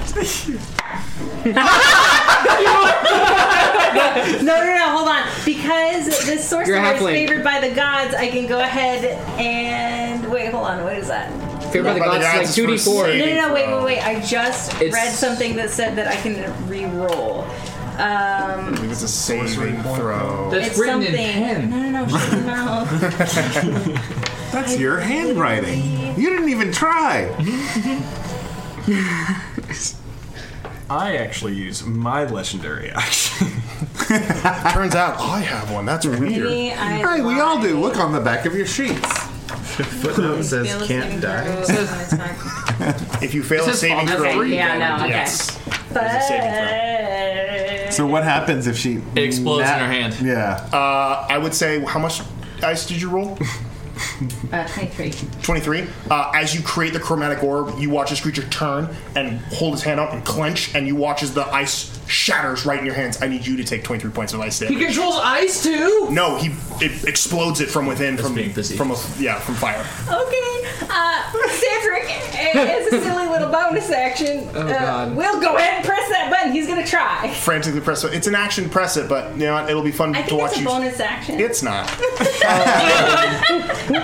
no, no, no, hold on. Because this
You're a
sorcerer is
halfling.
favored by the gods, I can go ahead and wait. Hold on, what is that?
Favored by the Favored by the gods, gods like is for 2d4.
No, no, no, wait,
saving
wait, wait. I just
It's-
read something that said that I can re-roll. Um,
It was a saving throw.
it's something. No, no, no, shut your mouth.
That's your handwriting. You didn't even try.
I actually use my legendary action.
Turns out I have one. That's
Hey, we all do. Look on the back of your sheets.
Footnote says can't die. if you
It
fail a
says
saving
on the
throw,
free
you
Yeah,
fail.
no, okay.
yes.
So what happens if she
It
explodes in her
hand.
Yeah.
Uh, I would say, how much dice did you roll?
Uh, Twenty-three.
23. Uh, as you create the chromatic orb, you watch this creature turn and hold his hand out and clench, and you watch as the ice shatters right in your hands. I need you to take 23 points of ice
He
damage.
controls ice too.
No, he it explodes it from within from from a, yeah from fire.
Okay, uh, Sandra Cedric, a- as a silly little bonus action,
Oh,
uh,
God.
will go ahead and press that button. He's gonna try.
Frantically press it. It's an action, press it, but you know what? It'll be fun
I
to
think
watch
it's a
you.
bonus action.
It's not.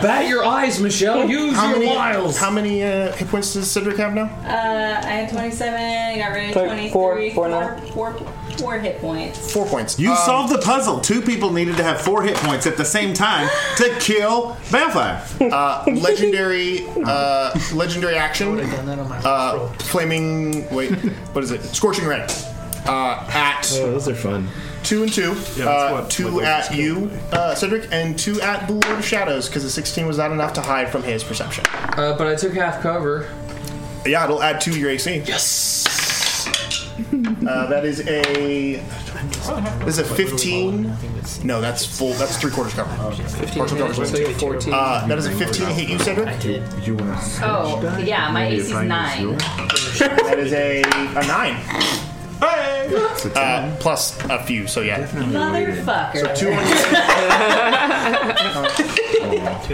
Bat
your eyes, Michelle.
Use your
many,
wiles.
How many uh, hit points does Cedric have now?
Uh, I had 27, got rid of
Four-
23,
four
four, four, four hit points.
Four points.
You solved the puzzle. Two people needed to have four hit points at the same time to kill Balefire.
Uh, legendary, uh, legendary action. Uh, flaming. Wait, what is it? Scorching red. Uh, at.
Oh, those are fun.
Two and two.
Yeah, that's
uh,
what-
two
what
at you, uh, Cedric, and two at the Lord of Shadows, because the 16 was not enough to hide from his perception.
Uh, but I took half cover.
Yeah, it'll add two to your AC. Yes! uh, that is a. This is a 15. No, that's full. That's three quarters cover. Partial cover.
So you get 14.
Uh, that is a 15 hit you, Cedric.
You want to
Oh, yeah, my AC is nine.
that is a, a nine. Hey! Uh, plus a few, so yeah. So
Motherfucker.
two Uh,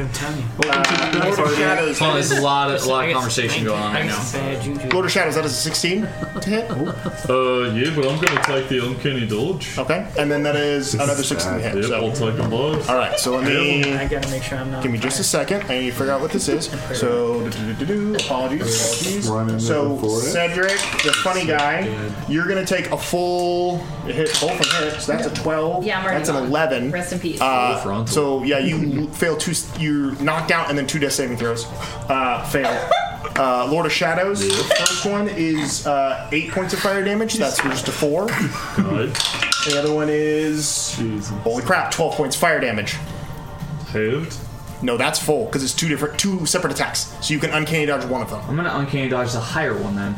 Lord of Shadows.
Oh, there's a lot of, a lot of
I
conversation going on right now.
Lord of Shadows, that is a 16 to hit.
Uh, yeah, but I'm gonna take the uncanny dodge.
Okay, and then that is another 16 to hit.
Yep,
so.
I'll take them both.
All right, so let me.
Yeah.
gotta make sure I'm not.
Give me just a second. I need to figure out what this is. So, do-do-do-do-do. apologies,
Running
apologies. So,
before it.
Cedric, the funny guy, you're gonna take a full hit, both of them hit. So that's a 12.
Yeah, I'm already
That's an
gone.
11.
Rest in peace.
Uh,
Full frontal.
so yeah, you fail two. You knocked out and then two death saving throws. Uh, fail. Uh, Lord of Shadows. The first one is uh, eight points of fire damage. That's just a four. The other one is holy crap, twelve points fire damage.
Halved.
No, that's full because it's two different, two separate attacks. So you can uncanny dodge one of them.
I'm gonna uncanny dodge the higher one then.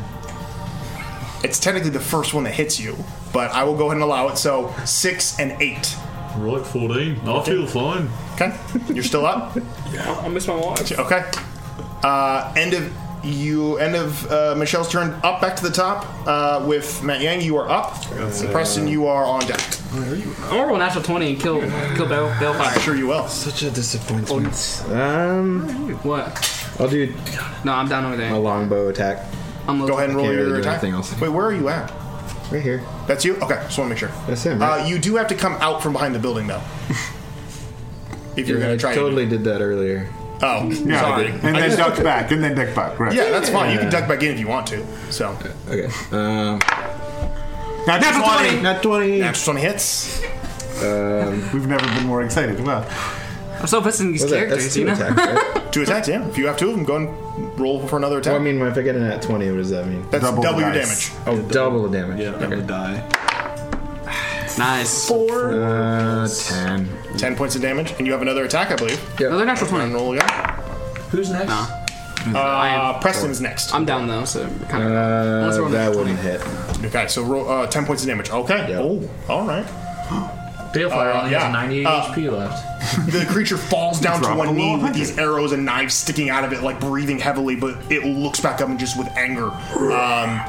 It's technically the first one that hits you, but I will go ahead and allow it. So six and eight.
Right, 14. I feel fine.
Okay, you're still up.
Yeah. I miss my watch.
Okay. Uh, end of you. End of uh, Michelle's turn. Up back to the top uh, with Matt Yang. You are up. Preston, you are on deck.
I'm gonna roll a natural 20 and kill, kill Bell, Bellfire.
Sure you will.
Such a disappointment. Um,
what?
I'll do
No, I'm down over there.
a longbow attack.
I'm
Go ahead and roll
Can't
your
really do
attack.
anything else.
Wait, where are you at?
Right here.
That's you. Okay, just want to make sure.
That's him. Right?
Uh, you do have to come out from behind the building though. if you're
Yeah,
gonna
I
try and do
totally did that earlier.
Oh,
Yeah,
sorry.
and then duck back, and then duck back. Right?
Yeah, that's fine. You can
Yeah.
duck back in if you want to. So.
Okay. Um,
Not
Natural 20.
Not 20.
Natural 20 hits.
Um,
We've never been more excited. Wow.
I'm so pissed in these
What's that?
characters,
That's
you
two
know?
attacks, right?
Two attacks, yeah. If you have two of them, go and roll for another attack.
Well, I mean, if I get an at 20, what does that mean?
That's Double double the your dice. damage.
Oh, double, the damage. Yeah, okay.
die.
Nice.
Four.
Uh, 10.
10 points of damage, and you have another attack, I believe.
Yeah.
Another natural 20.
And roll again.
Who's next?
Uh, Preston's next.
I'm down though, so kind of. Unless we're
Uh,
on
that
the
wouldn't hit.
Okay, so roll uh, 10 points of damage. Okay. Oh, all right.
Balefire
Uh,
only
yeah.
has 98
Uh,
HP left.
the creature falls down to
Drop
one
below
knee with these arrows and knives sticking out of it, like breathing heavily, but it looks back up and just with anger. Um,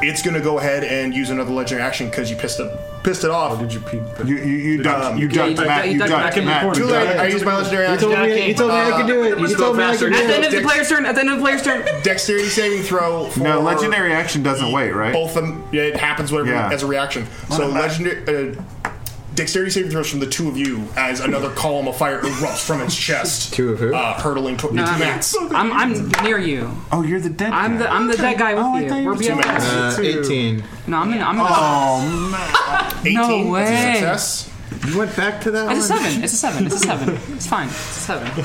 it's gonna go ahead and use another legendary action because you pissed it pissed it off. Oh, did you pee?
You you, you ducked, you ducked, Matt. You ducked, Matt.
Too late. I used my legendary action.
You spoke faster. At the end of the player's turn. At the end of the player's turn.
Dexterity saving throw. For
No, legendary action doesn't wait, right?
Both of them. Yeah, it happens whatever
Yeah.
as a reaction. So legendary. Uh, Dexterity saving throws from the two of you as another column of fire erupts from its chest. two of who? Uh, hurtling toward
No,
two
I'm,
mats.
I'm, I'm near you.
Oh, you're the dead.
I'm the I'm the dead guy with
Oh, I thought
you.
you
We're
were two
BFFs.
mats. Uh, Two. 18.
No, I'm in. I'm in.
Oh,
no way.
You went back to that
It's a
one?
seven. It's a seven. It's a seven. It's fine. It's a seven.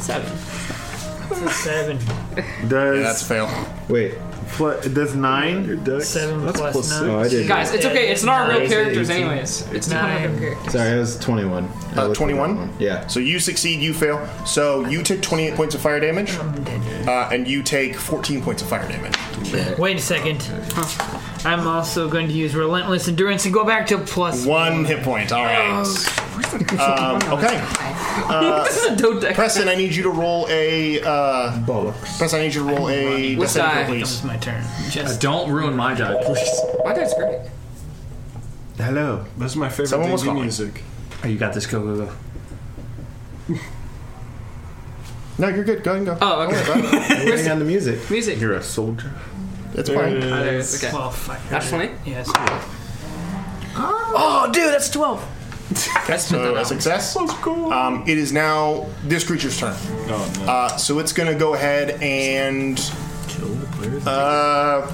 Seven.
It's a seven.
Does
that's fail.
Wait.
Pl- does nine?
Seven plus nine.
Oh, I did.
Guys, it's okay. It's not our real characters, anyways. It's not our real
Nine.
characters.
Sorry, I was 21. I
Uh,
looked at that
21?
one. Yeah.
So you succeed, you fail. So you take 28 points of fire damage, uh, and you take 14 points of fire damage.
Wait a second. I'm also going to use relentless endurance and go back to plus
One hit point. All
Oh,
right. Um, okay. Uh,
This is a dodeca.
Preston, I need you to roll a. Uh,
Bollocks.
Preston, I need you to roll a.
Which
death
die?
saving throw, please.
my turn.
Uh, don't ruin my die, please.
My dad's great.
Hello.
That's my favorite
Someone was Oh,
D&D
calling.
music.
Oh, you got this. Go, go, go.
No, you're good. Go ahead and go.
Oh, okay.
Don't worry about it.
We're waiting on the music.
Music.
You're a soldier.
That's fine.
Ah, there it is. Okay. That's funny.
Yes.
Oh, dude, that's 12.
That's so a success. Um, it is now this creature's turn. uh, so it's going to go ahead and kill the player. Uh,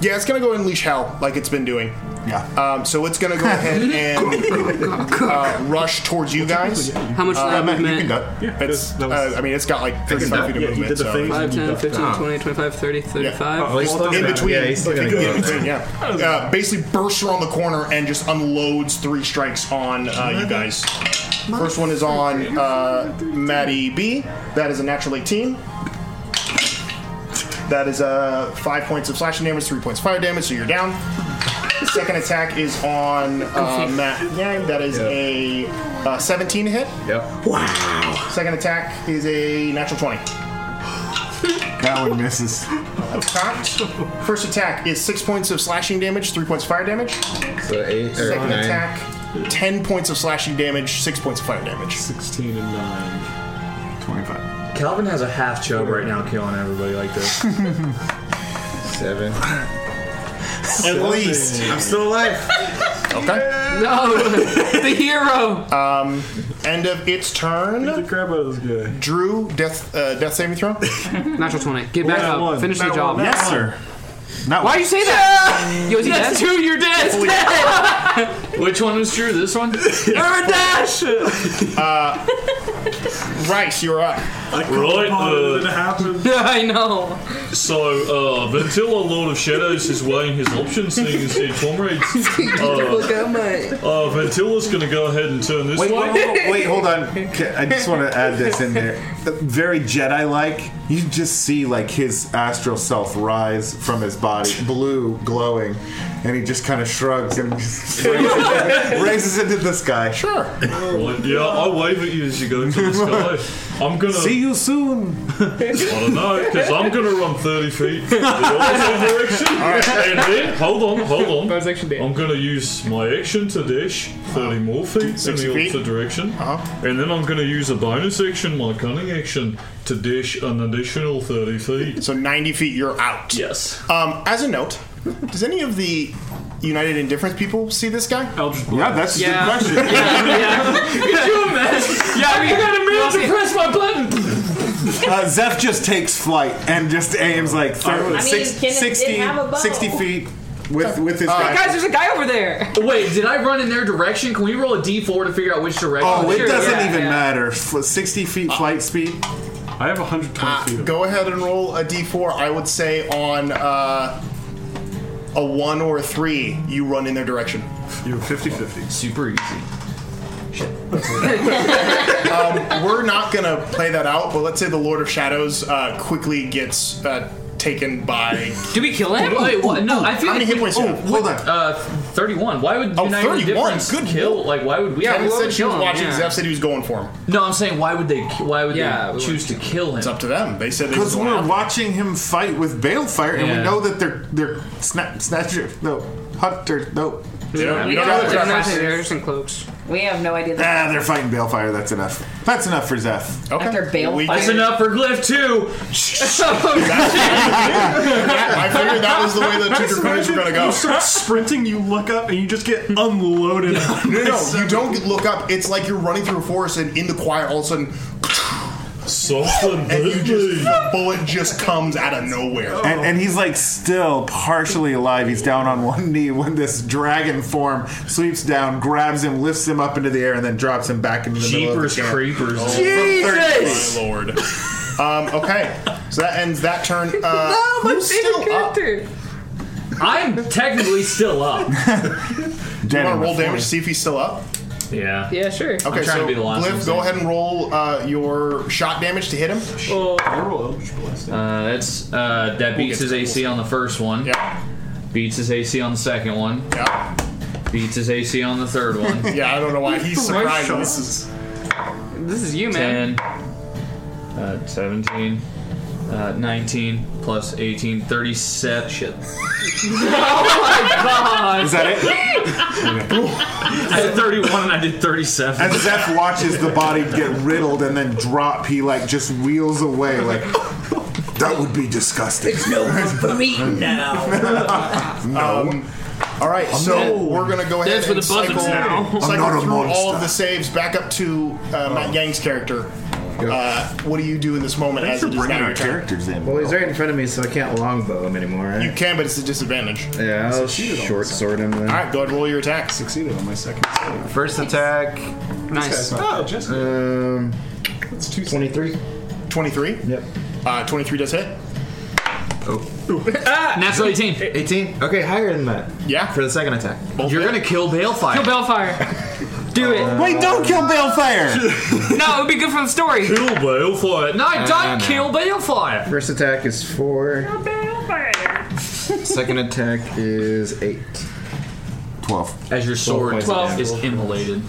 yeah, it's going to go and leash hell like it's been doing. Yeah. Um, so it's going to go ahead and uh, rush towards you guys.
How much
uh,
movement?
You can go. Yeah, it's, uh, I mean, it's got like 35 feet of movement. so.
5, 10, 15, 20, 25, 30, 35.
Yeah. Oh, in between, yeah, in between, yeah. Uh, basically bursts around the corner and just unloads three strikes on uh, you guys. First one is on uh, Maddie B. That is a natural 18. That is uh, five points of slashing damage, three points of fire damage, so you're down. Second attack is on uh, Matt Yang. That is a uh, 17 hit.
Yep.
Wow. Second attack is a natural 20.
That one misses.
That's cocked. First attack is six points of slashing damage, three points of fire damage.
So eight or
Second
nine.
attack, ten points of slashing damage, six points of fire damage.
Sixteen and nine.
Twenty-five.
Calvin has a half chub right now, killing everybody like this.
Seven.
At least I'm still alive. Okay.
No, the hero.
Um, end of its turn. the crap out of this guy. Drew, death, uh, death saving throw.
Natural 20. Get back
Nat
up.
one.
Finish
Nat
the job.
one. Yes, sir.
Why would you say that? Yo, is he
That's
dead?
two, you're dead.
Holy-
Which one was true? This one?
Dash.
Uh, Rice, you're up.
Right, uh,
I know.
So, uh, Ventilla, Lord of Shadows, is weighing his options, seeing his dead comrades.
Oh.
Uh, uh, Ventilla's gonna go ahead and turn this
Wait,
way.
wait, wait, wait, hold on. Okay, I just want to add this in there. Very Jedi-like. You just see like his astral self rise from his body, blue, glowing, and he just kind of shrugs and just raises, it, raises it to the sky. Sure.
Right, yeah, I wave at you as you go to the sky. I'm gonna.
See you soon.
I don't know, because I'm gonna run 30 feet in the opposite direction. And then, hold on, hold on. I'm gonna use my action to dash 30 more feet in
60
the
feet.
opposite direction.
Uh-huh.
And then I'm gonna use a bonus action, my cunning action, to dash an additional 30 feet.
So 90 feet, you're out.
Yes.
Um, as a note, does any of the United Indifference people see this guy?
Yeah, that's a
Yeah.
good question.
Could you imagine? Yeah, we got a man to press my button.
Uh, Zeph just takes flight and just aims like
I mean,
30, six-
Kenneth did
60,
have a bow.
60 feet with with
uh,
his
Hey,
guy.
guys, there's a guy over there.
Wait, did I run in their direction? Can we roll a d4 to figure out which direction?
Oh, it
Sure,
doesn't
yeah,
even
yeah.
matter. F- 60 feet
Uh,
flight speed. I have 120 feet.
Go ahead and roll a d4. I would say on uh, a 1 or a 3, you run in their direction.
You're 50 50.
Super easy.
um, we're not going to play that out, but let's say the Lord of Shadows uh, quickly gets uh, taken by.
Do we kill him? Wait, what? No, I feel
Oh, How many
like
hit
we-
points do you
oh,
have?
what- Uh, 31. Why would
Oh,
United
31.
Difference
Good
kill? Like, why would we?
Yeah,
I
he
would love
said
to
she was
kill him,
watching.
yeah.
Zeph said he was going for him.
No, I'm saying why would they? Why would
Yeah,
they
we
choose to kill him?
It's up to them. They said they
Because
was
we're
going
watching him fight with Balefire, and we
Yeah.
know that they're they're snap snatcher. No, hunter. No.
Yeah, we We don't know know the they're difference. not
There's some cloaks.
We have no idea.
Ah, they're fighting Balefire. That's enough. That's enough for Zeph.
Okay. After Balefire. We-
That's enough for Glyph too.
I figured that was the way the two draconis were going to go.
You start sprinting, you look up, and you just get unloaded. on
No,
by
no, no, you don't get- look up. It's like you're running through a forest and in the quiet, all of a sudden,
something
and you just a bullet just comes out of nowhere.
Oh,
And, and he's like still partially alive. He's down on one knee when this dragon form sweeps down, grabs him, lifts him up into the air, and then drops him back into the middle of
Jeepers
the camp.
creepers.
Oh,
Jesus!
my lord.
um, okay, so that ends that turn. Uh,
no, my favorite character.
I'm technically still up.
do you want
Dead
to roll
number
damage to see if he's still up?
Yeah.
Yeah, sure.
Okay,
trying to
so
be the last one
Glyph,
standing.
go ahead and roll uh, your shot damage to hit him.
Oh.
Uh, that's uh, that beats his AC on the first one.
Yeah.
Beats his AC on the second one.
Yeah.
Beats his AC on the third one.
yeah, I don't know why he's
Right
surprised.
shot.
This is
This is you, man.
Ten. Uh, Seventeen.
Uh, 19 plus 18, 37. Shit.
Oh
God.
Is that it?
I had 31 and I did 37.
As Zeph watches the body get riddled and then drop, he like just wheels away like that would be disgusting.
It's no room for me now.
no. Um,
All right,
I'm
so
not-
we're gonna go ahead
That's where
and
the buzzards
cycle,
now. I'm not
cycle
a
through all of
monster.
the saves back up to uh, Matt Yang's character. Uh, what do you do in this moment
Thanks
as
for
it is
bringing
now
our
your turn?
characters in. Well, he's right in front of me, so I can't longbow him anymore. Right?
You can, but it's a disadvantage.
yeah, I'll
Succeeded on
short
the
sword him. Then.
All right, go ahead and roll your attack. Succeeded on my second save.
First attack.
Nice. Oh, just
um,
it's two twenty-three. Twenty-three.
Yep.
Uh, Twenty-three does hit.
ah, natural 18.
18. Oh. Okay, higher than that.
Yeah.
For the second attack. You're gonna kill Balefire. Uh,
Kill Balefire. Do it.
Wait, don't kill Balefire.
no, it would be good for the story.
Kill Balefire.
No,
Uh,
don't
no.
kill Balefire.
First attack is four. Second attack is eight.
Twelve.
As your sword
12.
is immolated.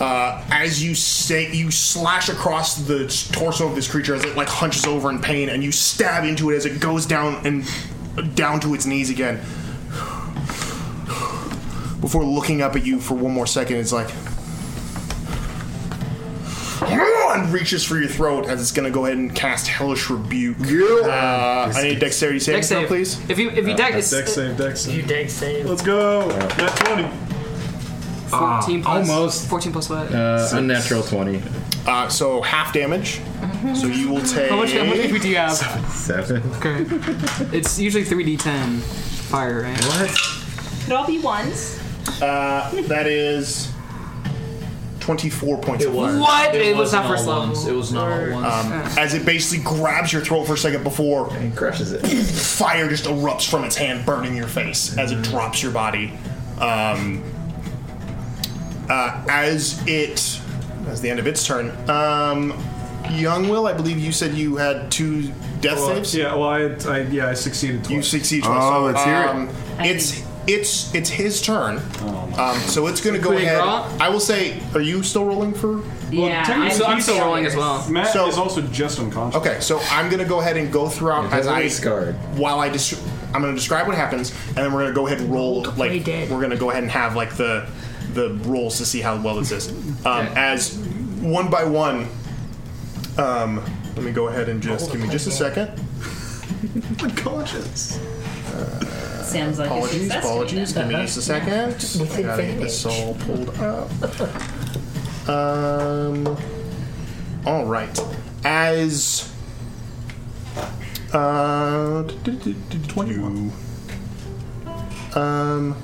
Uh, as you say, you slash across the torso of this creature as it like hunches over in pain, and you stab into it as it goes down and down to its knees again. Before looking up at you for one more second, it's like and reaches for your throat as it's going to go ahead and cast Hellish Rebuke. Uh, I need a dexterity saving
Dex
throw,
save.
please.
If you
Uh,
if you deck, it's,
save, dex
You dig save.
Let's go. Nat 20.
14 plus
almost.
14 plus what?
Uh, unnatural twenty.
Uh, so half damage. So you will take.
How much damage do you have?
Seven.
Okay. it's usually 3d10 fire, right? What?
Could all be ones.
Uh, that is twenty-four points. of fire.
What? It, was not first level.
It was not all ones.
Um, as it basically grabs your throat for a second before and crushes it. Fire just erupts from its hand, burning your face as
Mm-hmm.
it drops your body. Um, uh, as it, as the end of its turn, um, Young Will, I believe you said you had two death
Well,
saves.
yeah, well, I, I yeah, I succeeded twice.
You succeed twice.
Oh,
so,
let's hear it.
It's it's it's his turn.
Oh,
um, so it's going to go
Quick
ahead.
roll.
I will say, are you still rolling for?
Yeah, technically I'm- so I'm I'm still still rolling as well. Matt is
also just unconscious. Okay, so I'm going to go ahead and go throughout as I
scarred.
while I just I'm going to describe what happens, and then we're going to go ahead and roll. Like we're going to go ahead and have like the the rolls to see how well this is. Um, As one by one. Um, let me go ahead and just give me just a second. Unconscious.
Sounds like
Apologies,
a success.
apologies. Give me just a second.
With
I gotta get this all pulled up. Um. All right. As. Uh. Twenty-one. Um.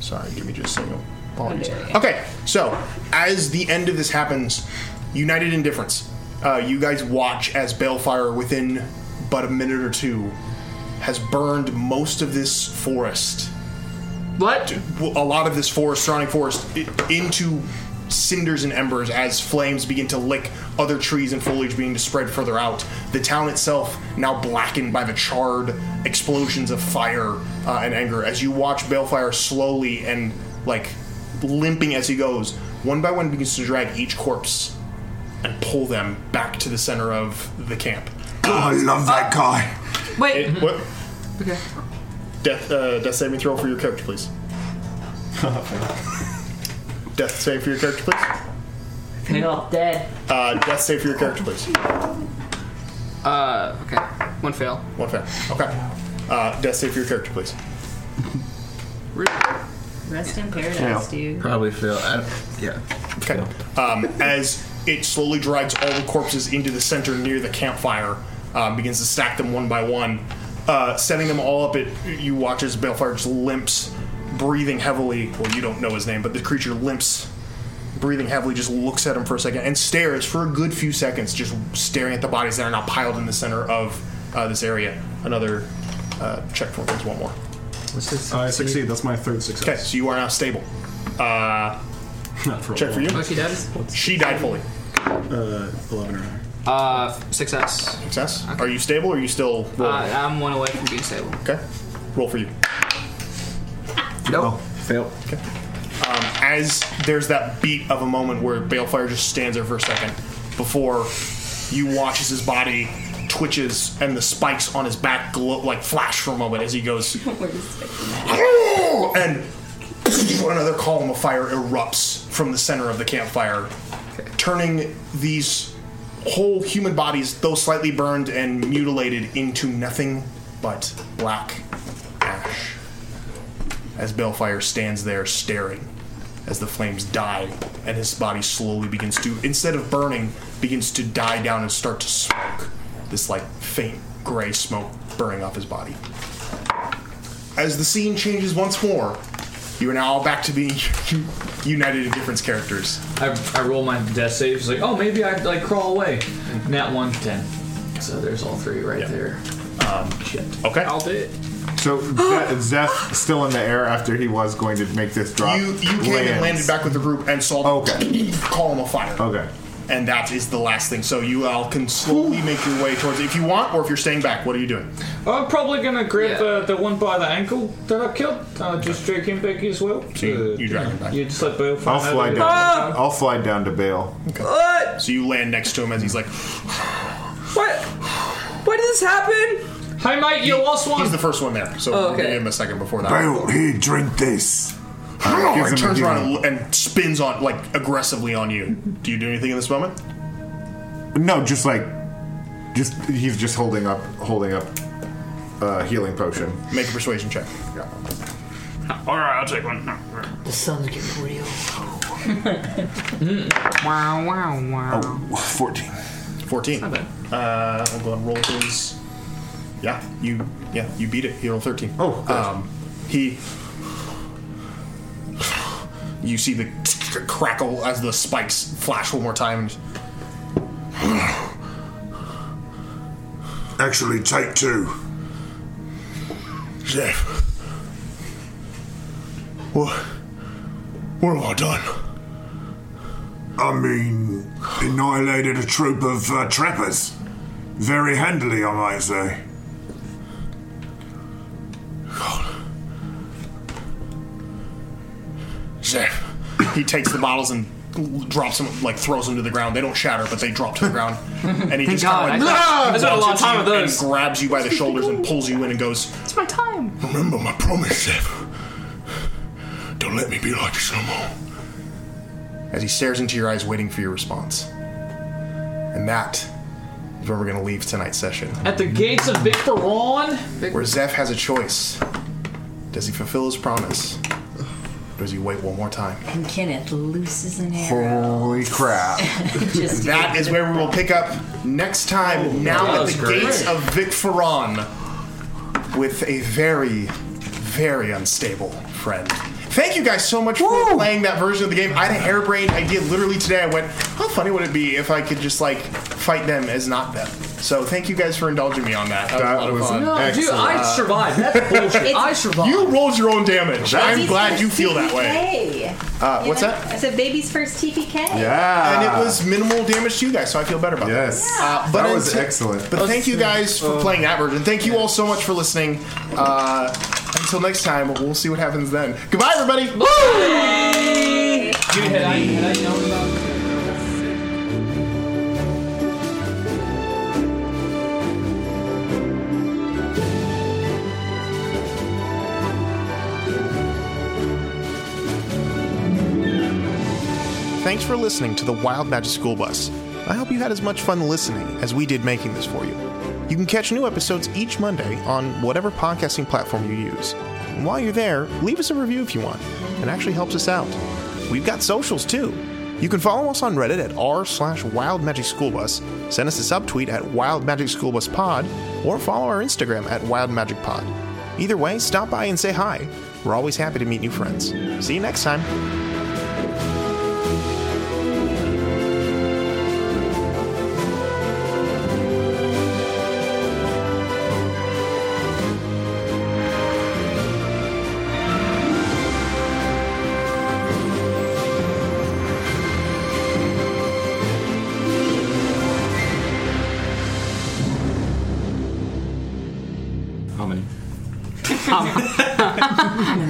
Sorry, give me just a second. Apologies. Okay, so as the end of this happens, United Indifference, uh, you guys watch as Balefire within but a minute or two has burned most of this forest.
What?
A lot of this forest, surrounding forest, i- into cinders and embers as flames begin to lick other trees and foliage being to spread further out. The town itself now blackened by the charred explosions of fire uh, and anger. As you watch Balefire slowly and like limping as he goes, one by one begins to drag each corpse and pull them back to the center of the camp.
I love that guy.
Wait.
what?
Okay.
Death, uh, death saving throw for your character, please. death save for your character, please.
They're all dead.
Uh, death save for your character, please.
Uh, okay. One fail.
One fail. Okay. Uh, death save for your character, please.
Rest in paradise, dude.
Probably fail. yeah. Okay. Um, as it slowly drags all the corpses into the center near the campfire, um, begins to stack them one by one, uh, setting them all up. At you watch as Balefire just limps, breathing heavily. Well, you don't know his name, but the creature limps, breathing heavily, just looks at him for a second and stares for a good few seconds, just staring at the bodies that are now piled in the center of uh, this area. Another uh, check for things. One more.
I succeed. That's my third success.
Okay, so you are now stable. Uh,
Not for a
check for you.
while.
She died fully.
Uh, eleven or higher.
Uh, success.
Success. Are you stable or are you still
Uh,
rolling?
I'm one away from being stable.
okay. Roll for you.
Oh,
No. Fail.
Okay. Um, as there's that beat of a moment where Balefire just stands there for a second before you watch as his body twitches and the spikes on his back glow like flash for a moment as he goes and another column of fire erupts from the center of the campfire turning these whole human bodies though slightly burned and mutilated into nothing but black ash as Balefire stands there staring as the flames die and his body slowly begins to, instead of burning, begins to die down and start to smoke. This like faint gray smoke burning off his body. As the scene changes once more, you are now back to being united indifference characters.
I, I roll my death save. It's like, oh, maybe I like crawl away. Nat one ten. So there's all three right there. Um, shit.
Okay.
I'll do it.
So Ze- Zeph, still in the air after he was going to make this drop.
You, you came and landed back with the group and saw the column of fire.
Okay.
And that is the last thing. So you all can slowly make your way towards it if you want, or if you're staying back. What are you doing?
I'm probably gonna grab the, the one by the ankle that I killed. I'll just drag him back as well.
So you, you drag him back.
You just let Bill
I'll
find out
fly
that-
down.
Oh!
I'll fly down to Bale.
So you land next to him as he's like,
What? Why did this happen? Hey mate, you lost one.
He's the first one there, so
Oh,
we'll give
okay.
him a second before that.
Bale, here, drink this.
Oh,
Gives
it
him a
turns
give
around and, and spins on like aggressively on you. Do you do anything in this moment?
No, just like, just he's just holding up, holding up, uh, healing potion.
Make a persuasion check.
Yeah.
All right, I'll take one.
The sun's getting real.
Hmm. wow, wow, wow.
Oh, 14.
14.
Not
Uh, I'll go and roll his. Yeah, you. Yeah, you beat it. You rolled 13. Oh, um, he. You see the crackle as the spikes flash one more time.
Actually, take two.
Jeff. What? What have I done?
I mean, annihilated a troop of uh, trappers. Very handily, I might say.
Jeff. He takes the bottles and drops them, like throws them to the ground. They don't shatter, but they drop to the ground. And he
Thank
just kind
God. I
of
spent- I
like,
spent a lot of
walks up to
time
you
with
and
those.
grabs you by the shoulders and pulls you in and goes,
It's my time. Remember my promise, Jeff. Don't let me be like this no more.
as he stares into your eyes, waiting for your response. And that is where we're going to leave tonight's session.
At the gates of Big Peron.
Where Zeph has a choice. Does he fulfill his promise? Or does he wait one more time?
And Kenneth looses an arrow.
Holy crap.
Just
that is where we will pick up next time, now
Oh, that
at
was
the
great.
gates of Vic Ferron, with a very, very unstable friend. Thank you guys so much for playing that version of the game. I had a harebrained idea literally today. I went, how funny would it be if I could just like fight them as not them? So thank you guys for indulging me on that. That,
That
was
was
a lot of
No,
fun.
dude, I
Uh,
survived. That's
bullshit. I
survived. You rolled your own damage. I'm
Baby's
glad
first
you feel that way.
TPK.
Uh,
You
what's
know,
that?
I said baby's first TPK.
Yeah. And it was minimal damage to you guys, so I feel better about
Yes.
that. Uh, but
That was
until-
excellent.
But thank you guys for playing that version. Thank you all so much for listening. Uh, until next time, we'll see what happens then. Goodbye, everybody.
Dude, had I, had I known about
Thanks for listening to the Wild Magic School Bus. I hope you had as much fun listening as we did making this for you. You can catch new episodes each Monday on whatever podcasting platform you use. And while you're there, leave us a review if you want. It actually helps us out. We've got socials too. You can follow us on Reddit at r slash Wild Magic School Bus, send us a subtweet at Wild Magic School Bus Pod, or follow our Instagram at Wild Magic Pod. Either way, stop by and say hi. We're always happy to meet new friends. See you next time.
Hominy.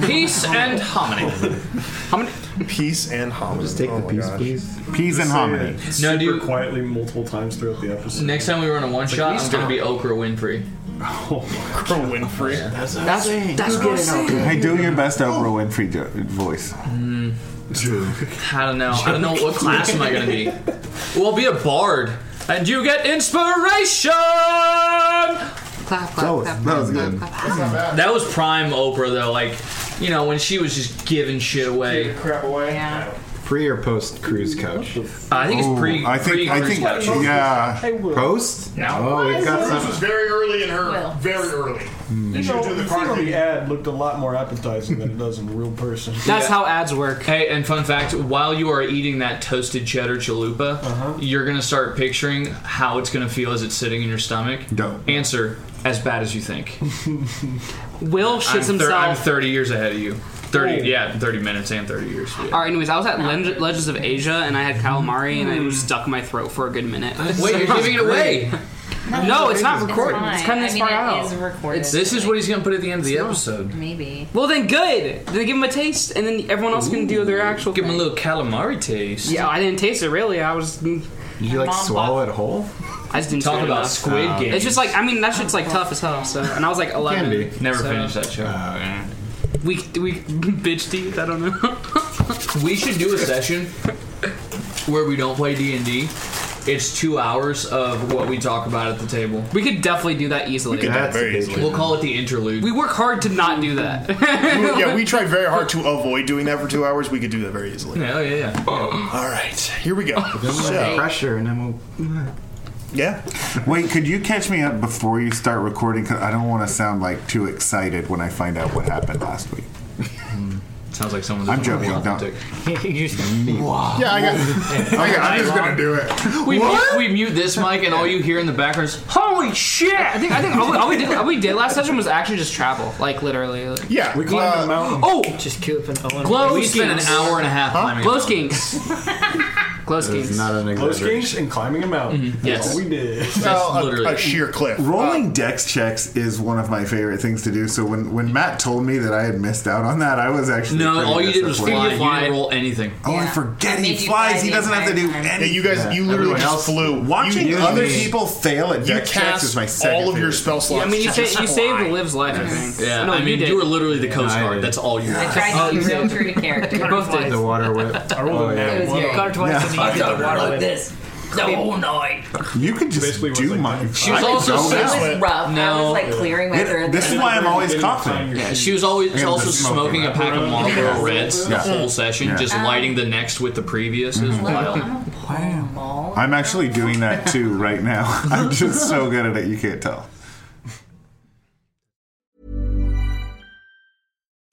Peace and hominy. Hominy.
Peace and harmony. Oh
Just take the peace, please.
Peas and hominy.
Now, do you quietly multiple times throughout the episode?
Next time we run a one shot, I'm gonna be Okra Winfrey.
Oprah Winfrey.
That's
what
that's,
that's what I'm saying.
Hey, do your best Oprah Winfrey jo- voice.
Mm.
I don't know. I don't know what class am I gonna be. Well, I'll be a bard, and you get inspiration.
That was, that was good.
That was prime Oprah though. Like, you know, when she was just giving shit away.
crap away. Yeah. Pre or post cruise coach?
Uh, I think it's pre.
I
pre-
think. I think.
cruise couch.
Yeah.
Post?
Yeah.
Oh, we've got
This was
some. Hmm.
very early in her. Very early.
You
she
know,
was doing the
the
card
thing on
thing.
the ad looked a lot more appetizing than it does in real person.
Yeah. Hey, and fun fact: while you are eating that toasted cheddar chalupa, you're gonna start picturing how it's gonna feel as it's sitting in your stomach.
No.
Answer: as bad as you think.
Will
I'm,
shits
thir- I'm
himself.
30 years ahead of you. 30,
Oh.
yeah, 30 minutes and 30 years. yeah.
All right. Anyways, I was at Leg- Legends of Asia and I had calamari and it was stuck in my throat for a good minute.
Wait, you're giving it away.
No, it's not recorded.
fine.
It's cutting
I
this
mean,
far
it
out.
is recorded.
It's, this is what he's gonna put at the end of the episode.
Maybe.
Well, then good. Then give them a taste, and then everyone else can do their actual.
Give him a little calamari taste.
Yeah, I didn't taste it really. I was.
Did you like swallow it whole?
I just didn't
Talk
chew it
about
enough.
Squid
Oh.
Game.
It's just like I mean that shit's like tough as hell. So and I was like eleven.
Never
so.
finished that
Oh,
show.
We we bitch teeth. I don't know.
We should do a session where we don't play D and D. It's two hours of what we talk about at the table.
We could definitely do that easily.
We could do that That's very a good easily.
We'll call it the interlude.
We work hard to not do that.
yeah, we try very hard to avoid doing that for two hours. We could do that very easily.
Yeah, yeah, yeah.
All right, here we go.
Under
So,
pressure, and I'm. a-
yeah.
Wait, could you catch me up before you start recording? 'Cause I don't want to sound like too excited when I find out what happened last week.
Sounds like someone's.
I'm joking. Don't.
you just
Wow.
Yeah, I got. I got
I'm just gonna
do it.
We mute, we mute this mic, and all you hear in the background is "Holy shit!"
I think I think all, we- all we did all we did last session was actually just travel, like literally. Like,
Yeah, Uh,
We climbed a mountain.
Oh,
just kill up an Owen.
glow
We
skinks.
spent an hour and a half climbing.
Glow skinks. glow skinks.
Not an
Glow
exaggeration.
skinks and climbing a mountain. That's
Mm-hmm. Yes.
all we did.
Well, a-
literally-
a, sheer cliff. Uh,
Rolling dex checks is one of my favorite things to do. So when, when Matt told me that I had missed out on that, I was actually
No,
pretty
all you did was
disappointed.
fly. You didn't roll anything.
Oh, I
Yeah.
forget
Made
he
you fly
flies. He
the
doesn't have to do
entire time.
Yeah,
anything.
you guys, you literally
Everyone
just
else-
flew.
Watching
you,
other
you-
people fail at
You
dex checks is
cast
my second
all of
favorite.
your spell
Yeah,
slots.
I mean, you,
to
sa-
just
you saved
fly.
Liv's life. I think.
Yeah,
No,
I mean,
did.
you, were literally the Coast
I
Guard.
did.
That's all you.
I
were.
tried to be real true to character.
You both did.
The water
Oh,
whip.
I rolled a nat
It was
one.
good.
on-
Got
Yeah.
like this the whole night.
You could just
Basically, it was
do
like
my.
She was
I could
also
go
It
That's
now.
was rough. I
No.
was like clearing my
It-
throat.
this is why I'm always
Getting
coughing.
behind your
Yeah,
feet.
she was always
And
also
the smoking
smoking a
wrap.
pack of Marlboro Reds the
Yeah.
whole session,
Yeah.
just
Um,
lighting the next with the previous
Mm-hmm.
as well.
Wow.
I'm actually doing that too right now. I'm just so good at it, you can't tell.